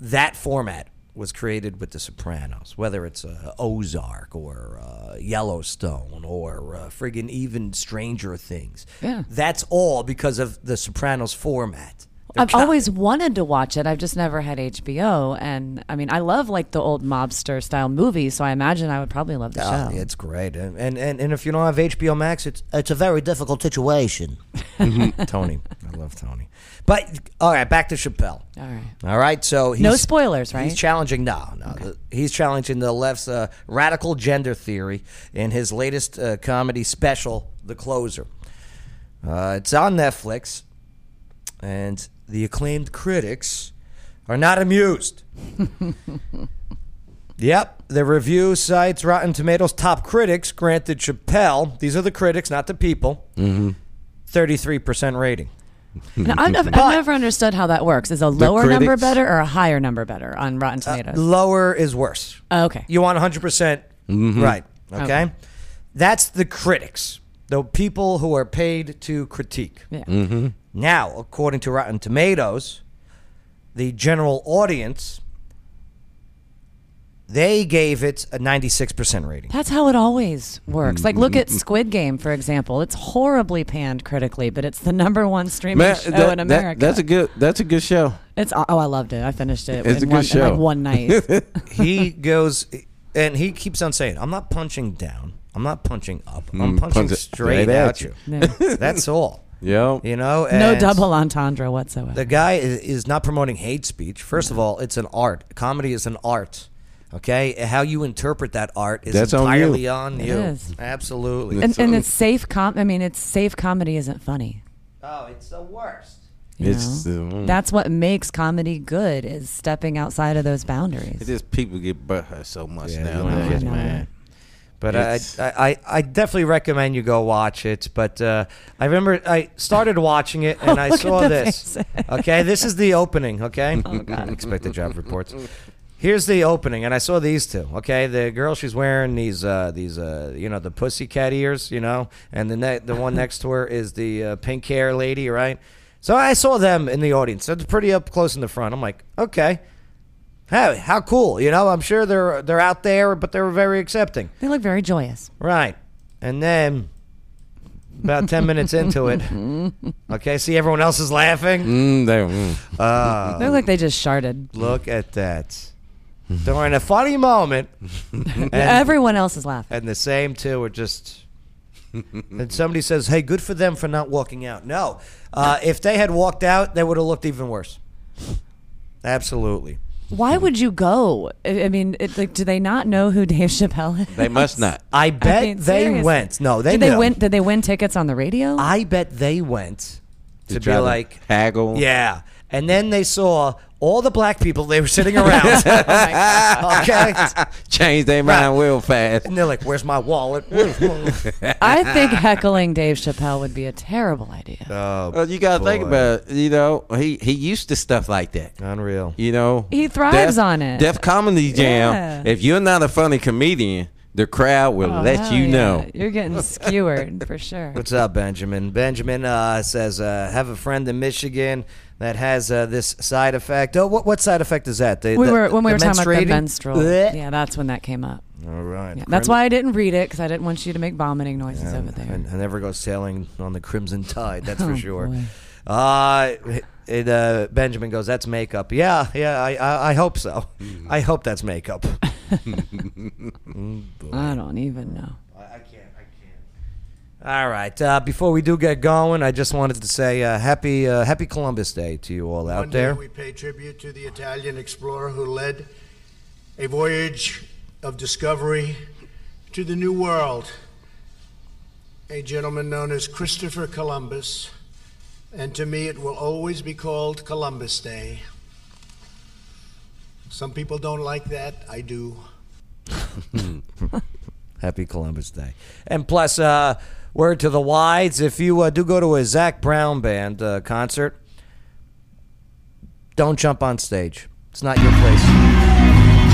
Speaker 1: That format was created with the Sopranos, whether it's uh, Ozark or uh, Yellowstone or uh, friggin' even Stranger Things.
Speaker 5: Yeah.
Speaker 1: That's all because of the Sopranos format.
Speaker 5: I've always wanted to watch it. I've just never had HBO, and I mean, I love like the old mobster style movies, so I imagine I would probably love the
Speaker 1: Oh,
Speaker 5: show.
Speaker 1: it's great, and, and and and if you don't have HBO Max, it's it's a very difficult situation. Tony, I love Tony, but all right, back to Chappelle.
Speaker 5: All right.
Speaker 1: All right, so he's,
Speaker 5: No spoilers, right?
Speaker 1: He's challenging no, no. the- He's challenging the left's uh, radical gender theory in his latest uh, comedy special, The Closer. Uh, it's on Netflix, and the acclaimed critics are not amused. Yep, the review sites Rotten Tomatoes top critics granted Chappelle. These are the critics, not the people.
Speaker 2: Mm-hmm.
Speaker 1: Thirty-three percent rating.
Speaker 5: And I've, never, I've never understood how that works. Is a lower number
Speaker 1: critics-
Speaker 5: better or a higher number better on Rotten
Speaker 2: Uh,
Speaker 5: Tomatoes?
Speaker 1: Lower is worse.
Speaker 5: Oh, okay.
Speaker 1: You want 100%. percent
Speaker 2: Mm-hmm.
Speaker 5: Mhm.
Speaker 1: Right. Okay?
Speaker 5: Okay.
Speaker 1: That's the critics, the people who are paid to critique.
Speaker 5: Yeah.
Speaker 2: Mm-hmm.
Speaker 1: Now, according to Rotten Tomatoes, the general audience, they gave it a 96% rating.
Speaker 5: That's how it always works. Like, look
Speaker 2: Mm-hmm.
Speaker 5: at Squid Game, for example. It's horribly panned critically, but it's the number one streaming
Speaker 2: Man,
Speaker 5: show
Speaker 2: that-
Speaker 5: in
Speaker 2: that-
Speaker 5: America.
Speaker 2: that's a good. That's a good show.
Speaker 5: it's oh, I loved it. I finished it.
Speaker 2: It's
Speaker 5: in
Speaker 2: a good
Speaker 5: one, in,
Speaker 2: show.
Speaker 5: like one night.
Speaker 1: he goes and he keeps on saying, "I'm not punching down. I'm not punching up. I'm
Speaker 2: Mm, punch
Speaker 1: punching
Speaker 2: it
Speaker 1: straight
Speaker 2: right
Speaker 1: at
Speaker 2: at
Speaker 1: you."
Speaker 5: you. Yeah.
Speaker 1: That's all.
Speaker 2: Yeah.
Speaker 1: You know,
Speaker 5: no
Speaker 1: and
Speaker 5: double entendre whatsoever.
Speaker 1: The guy is, is not promoting hate speech. First of all, it's an art. Comedy is an art. Okay, how you interpret that art is
Speaker 2: That's on you.
Speaker 1: entirely on you.
Speaker 5: It is.
Speaker 1: Absolutely.
Speaker 5: and,
Speaker 2: um,
Speaker 5: and it's safe com. I mean, it's safe comedy isn't funny.
Speaker 1: oh, it's the worst.
Speaker 5: you
Speaker 2: It's uh, mm,
Speaker 5: know?
Speaker 2: the-
Speaker 5: that's what makes comedy good is stepping outside of those boundaries.
Speaker 2: It's just people get butt hurt so much
Speaker 1: Yeah, you
Speaker 2: now,
Speaker 1: ain't
Speaker 2: nowadays,
Speaker 1: kidding.
Speaker 2: Oh, man.
Speaker 1: But I,
Speaker 2: It's-
Speaker 1: I, I- I definitely recommend you go watch it. But uh, I remember I started watching it and
Speaker 5: Oh,
Speaker 1: I
Speaker 5: look at
Speaker 1: saw
Speaker 5: the Oh,
Speaker 1: this.
Speaker 5: faces.
Speaker 1: Okay, this is the opening. Okay, expected job reports. Here's the opening, and I saw these two. Okay, the girl she's wearing these uh, these uh, you know the pussycat ears, you know, and the ne- the one next to her is the uh, pink hair lady, right? So I saw them in the audience. That's pretty up close in the front. I'm like, okay. Hey, how cool! You know, I'm sure they're they're out there, but they're very accepting.
Speaker 5: They look very joyous.
Speaker 1: Right. And then about 10 minutes into it, okay, see everyone else is laughing?
Speaker 2: Mm, they, mm.
Speaker 1: Uh,
Speaker 5: They look like they just sharded.
Speaker 1: look at that. During a funny moment, and,
Speaker 5: Everyone else is laughing.
Speaker 1: and the same two are just. And somebody says, hey, good for them for not walking out. No. Uh, if they had walked out, they would have looked even worse. Absolutely.
Speaker 5: Why would you go? I I mean, it, like, do they not know who Dave Chappelle is?
Speaker 2: they must not.
Speaker 1: I bet
Speaker 5: mean,
Speaker 1: they
Speaker 5: seriously.
Speaker 1: went. No, they
Speaker 5: did they
Speaker 1: knew.
Speaker 5: win? Did they win tickets on the radio?
Speaker 1: I bet they went to, be
Speaker 2: try to
Speaker 1: like,
Speaker 2: haggle.
Speaker 1: Yeah. And then they saw all the black people they were sitting around. okay.
Speaker 2: Change their mind real fast.
Speaker 1: And they're like, where's my wallet? Where's my-"
Speaker 5: I think heckling Dave Chappelle would be a terrible idea.
Speaker 1: Oh,
Speaker 2: Well, you gotta think
Speaker 1: Boy.
Speaker 2: about it. You know, he he used to stuff like that.
Speaker 1: Unreal.
Speaker 2: You know,
Speaker 5: He thrives
Speaker 2: Def-
Speaker 5: on it.
Speaker 2: Def Comedy Jam.
Speaker 5: Yeah.
Speaker 2: If you're not a funny comedian, The crowd will
Speaker 5: Oh,
Speaker 2: let
Speaker 5: hell
Speaker 2: you
Speaker 5: yeah.
Speaker 2: know.
Speaker 5: You're getting skewered for sure.
Speaker 1: What's up, Benjamin? Benjamin uh, says, uh, "Have a friend in Michigan that has uh, this side effect." Oh, what, what side effect is that? The-
Speaker 5: we
Speaker 1: the-
Speaker 5: were when we
Speaker 1: the
Speaker 5: were talking about the
Speaker 1: menstruating?
Speaker 5: menstrual.
Speaker 1: Blech.
Speaker 5: Yeah, that's when that came up.
Speaker 1: All right.
Speaker 5: Yeah, that's why I didn't read it because I didn't want you to make vomiting noises over there.
Speaker 1: And I never go sailing on the Crimson Tide, that's for
Speaker 5: Oh,
Speaker 1: sure.
Speaker 5: boy.
Speaker 1: Uh, it, uh, Benjamin goes, that's makeup. Yeah, yeah, I, I, I hope so. I hope that's makeup. Mm, boy.
Speaker 5: I don't even know.
Speaker 1: All right. Uh, before we do get going, I just wanted to say uh, happy uh, Happy Columbus Day to you all out
Speaker 13: One day
Speaker 1: there.
Speaker 13: we pay tribute to the Italian explorer who led a voyage of discovery to the New World. A gentleman known as Christopher Columbus, and to me it will always be called Columbus Day. Some people don't like that, I do.
Speaker 1: Happy Columbus Day. And plus, uh, word to the wides if you uh, do go to a Zach Brown Band uh, concert, don't jump on stage. It's not your place.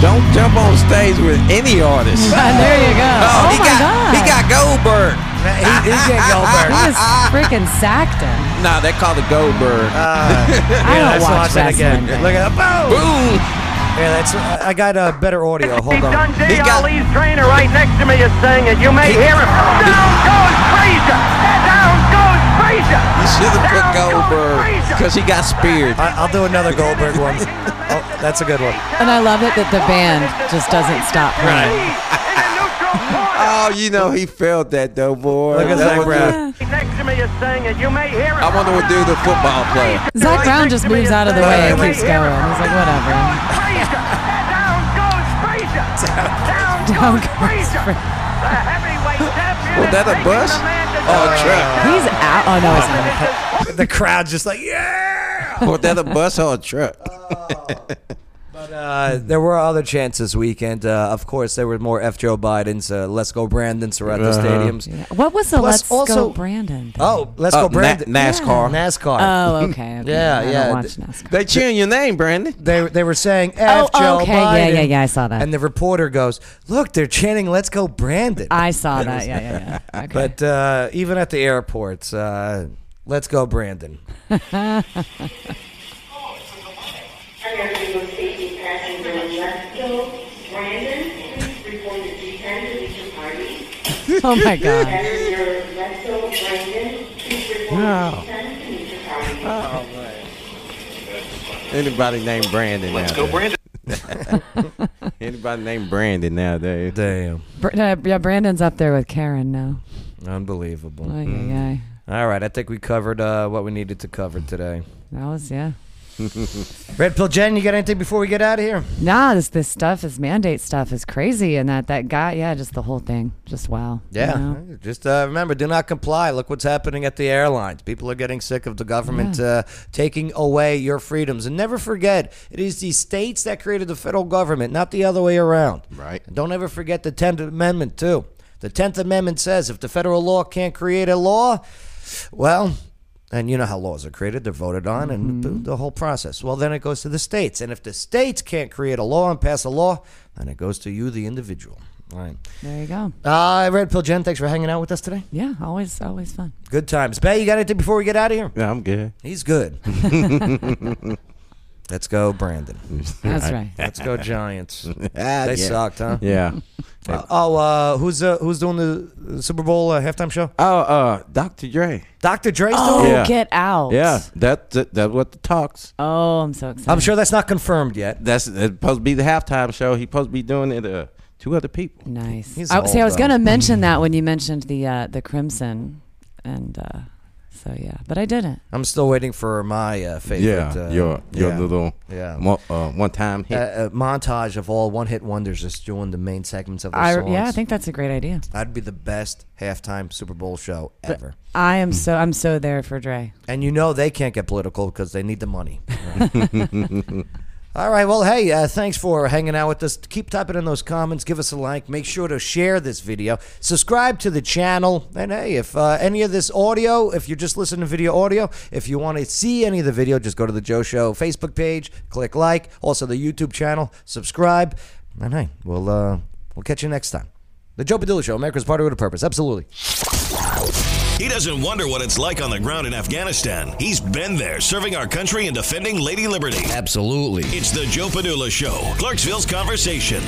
Speaker 2: Don't jump on stage with any artist.
Speaker 5: Ah, there you go.
Speaker 2: Oh,
Speaker 5: my God.
Speaker 2: He got Goldberg.
Speaker 1: He, he got Goldberg.
Speaker 5: He was freaking sacked him.
Speaker 2: Nah, they call it Goldberg.
Speaker 1: Uh, Yeah,
Speaker 5: don't
Speaker 1: let's watch
Speaker 5: watch
Speaker 1: that
Speaker 5: wrestling,
Speaker 1: again.
Speaker 5: but-
Speaker 1: Look at that. Boom!
Speaker 2: Boom!
Speaker 1: Yeah, that's. I I got a better audio. Hold on.
Speaker 14: Dundee, Ali's trainer right next to me is saying it. You may hear him. Down goes Frazier. Down goes Frazier.
Speaker 2: You should have put Goldberg because he got speared.
Speaker 1: I, I'll do another Goldberg one. Oh, that's a good one.
Speaker 5: And I love it that the band just doesn't stop playing.
Speaker 2: oh, you know he felt that though, boy.
Speaker 1: Look at
Speaker 2: That
Speaker 1: Zach
Speaker 2: was
Speaker 1: Brown.
Speaker 14: Next to me is saying it. You may hear
Speaker 2: the-
Speaker 14: him.
Speaker 2: I wonder what dude the football player.
Speaker 5: Zach Brown just moves out of the way and keeps going. He's like, whatever.
Speaker 14: Frazier. Down goes Frazier. Down
Speaker 5: Down
Speaker 14: goes Frazier. The heavyweight champion.
Speaker 2: Was that a bus? Oh, a truck.
Speaker 5: He's out. Oh no, he's not.
Speaker 1: The crowd's just like, yeah.
Speaker 2: Was that a bus or a truck?
Speaker 1: But uh, there were other chants this weekend. Uh, of course, there were more F. Joe Biden's, uh, Let's Go Brandon's were at the
Speaker 2: Uh-huh.
Speaker 1: stadiums.
Speaker 5: What was the
Speaker 1: Plus
Speaker 5: Let's
Speaker 1: also-
Speaker 5: Go Brandon? thing?
Speaker 1: Oh, Let's
Speaker 2: Uh,
Speaker 1: Go
Speaker 2: Na-
Speaker 1: Brandon.
Speaker 2: NASCAR.
Speaker 1: NASCAR.
Speaker 5: Oh, okay. okay.
Speaker 1: Yeah,
Speaker 5: I don't
Speaker 1: yeah.
Speaker 5: watch NASCAR.
Speaker 2: They cheering your name, Brandon.
Speaker 1: They, they were saying F.
Speaker 5: Oh,
Speaker 1: Joe
Speaker 5: okay.
Speaker 1: Biden.
Speaker 5: Yeah, yeah, yeah. I saw that.
Speaker 1: And the reporter goes, Look, they're chanting Let's Go Brandon.
Speaker 5: I saw that. Yeah, yeah, yeah. Okay.
Speaker 1: But uh, even at the airports, uh, Let's Go Brandon.
Speaker 5: oh my god.
Speaker 2: No. Anybody named Brandon Let's go, Brandon. Anybody named Brandon nowadays.
Speaker 1: Damn.
Speaker 5: Br- uh, yeah, Brandon's up there with Karen now.
Speaker 1: Unbelievable.
Speaker 5: Ay, ay, ay.
Speaker 1: All right, I think we covered uh, what we needed to cover today.
Speaker 5: That was yeah.
Speaker 1: Red Pill Jen, you got anything before we get out of here?
Speaker 5: Nah, this this stuff, is mandate stuff, is crazy, and that that guy, yeah, just the whole thing, just wow. you
Speaker 1: Yeah.
Speaker 5: know?
Speaker 1: Just uh, remember, do not comply. Look what's happening at the airlines. People are getting sick of the government uh, taking away your freedoms. And never forget, it is the states that created the federal government, not the other way around.
Speaker 2: Right.
Speaker 1: And don't ever forget the 10th Amendment, too. The 10th Amendment says if the federal law can't create a law, well, and you know how laws are created, they're voted on, and
Speaker 2: Mm-hmm.
Speaker 1: the- the whole process. Well, then it goes to the states. And if the states can't create a law and pass a law, then it goes to you, the individual. All right.
Speaker 5: There you go.
Speaker 1: Uh, Red Pill Jen, thanks for hanging out with us today.
Speaker 5: Yeah, always always fun.
Speaker 1: Good times. Bay, you got anything before we get out of here?
Speaker 2: Yeah, I'm good.
Speaker 1: He's good. Let's go, Brandon.
Speaker 5: That's right.
Speaker 1: Let's go, Giants. They
Speaker 2: Ah, yeah.
Speaker 1: sucked, huh?
Speaker 2: Yeah.
Speaker 1: Uh, oh, uh, who's uh, who's doing the uh, Super Bowl uh, halftime show?
Speaker 2: Oh, uh, Dr. Dre.
Speaker 1: Dr. Dre's
Speaker 5: Oh,
Speaker 1: doing it?
Speaker 2: Yeah.
Speaker 5: get out.
Speaker 2: Yeah, that, that that's what the talks.
Speaker 5: Oh, I'm so excited.
Speaker 1: I'm sure that's not confirmed yet.
Speaker 2: That's it's supposed to be the halftime show. He's supposed to be doing it uh, two other people.
Speaker 5: Nice.
Speaker 1: He's
Speaker 5: I, see, I
Speaker 1: old,
Speaker 5: was
Speaker 1: though.
Speaker 5: gonna mention that when you mentioned the uh, the crimson, and uh, so yeah, but I didn't.
Speaker 1: I'm still waiting for my uh, favorite.
Speaker 2: Yeah,
Speaker 1: uh,
Speaker 2: your your
Speaker 1: yeah.
Speaker 2: little
Speaker 1: yeah.
Speaker 2: mo- uh, one time
Speaker 1: Uh,
Speaker 2: hit.
Speaker 1: uh, montage of all one-hit wonders just doing the main segments of the
Speaker 5: I
Speaker 1: songs.
Speaker 5: yeah, I think that's a great idea.
Speaker 1: that'd be the best halftime Super Bowl show ever.
Speaker 5: I am so I'm so there for Dre.
Speaker 1: And you know they can't get political because they need the money. All right. Well, hey, uh, thanks for hanging out with us. Keep typing in those comments. Give us a like. Make sure to share this video. Subscribe to the channel. And hey, if uh, any of this audio, if you're just listening to video audio, if you want to see any of the video, just go to the Joe Show Facebook page, click like. Also, the YouTube channel. Subscribe. And hey, we'll uh, we'll catch you next time. The Joe Padula Show, America's Party with a Purpose. Absolutely.
Speaker 12: He doesn't wonder what it's like on the ground in Afghanistan. He's been there, serving our country and defending Lady Liberty.
Speaker 15: Absolutely.
Speaker 12: It's the Joe Padula Show, Clarksville's conversation.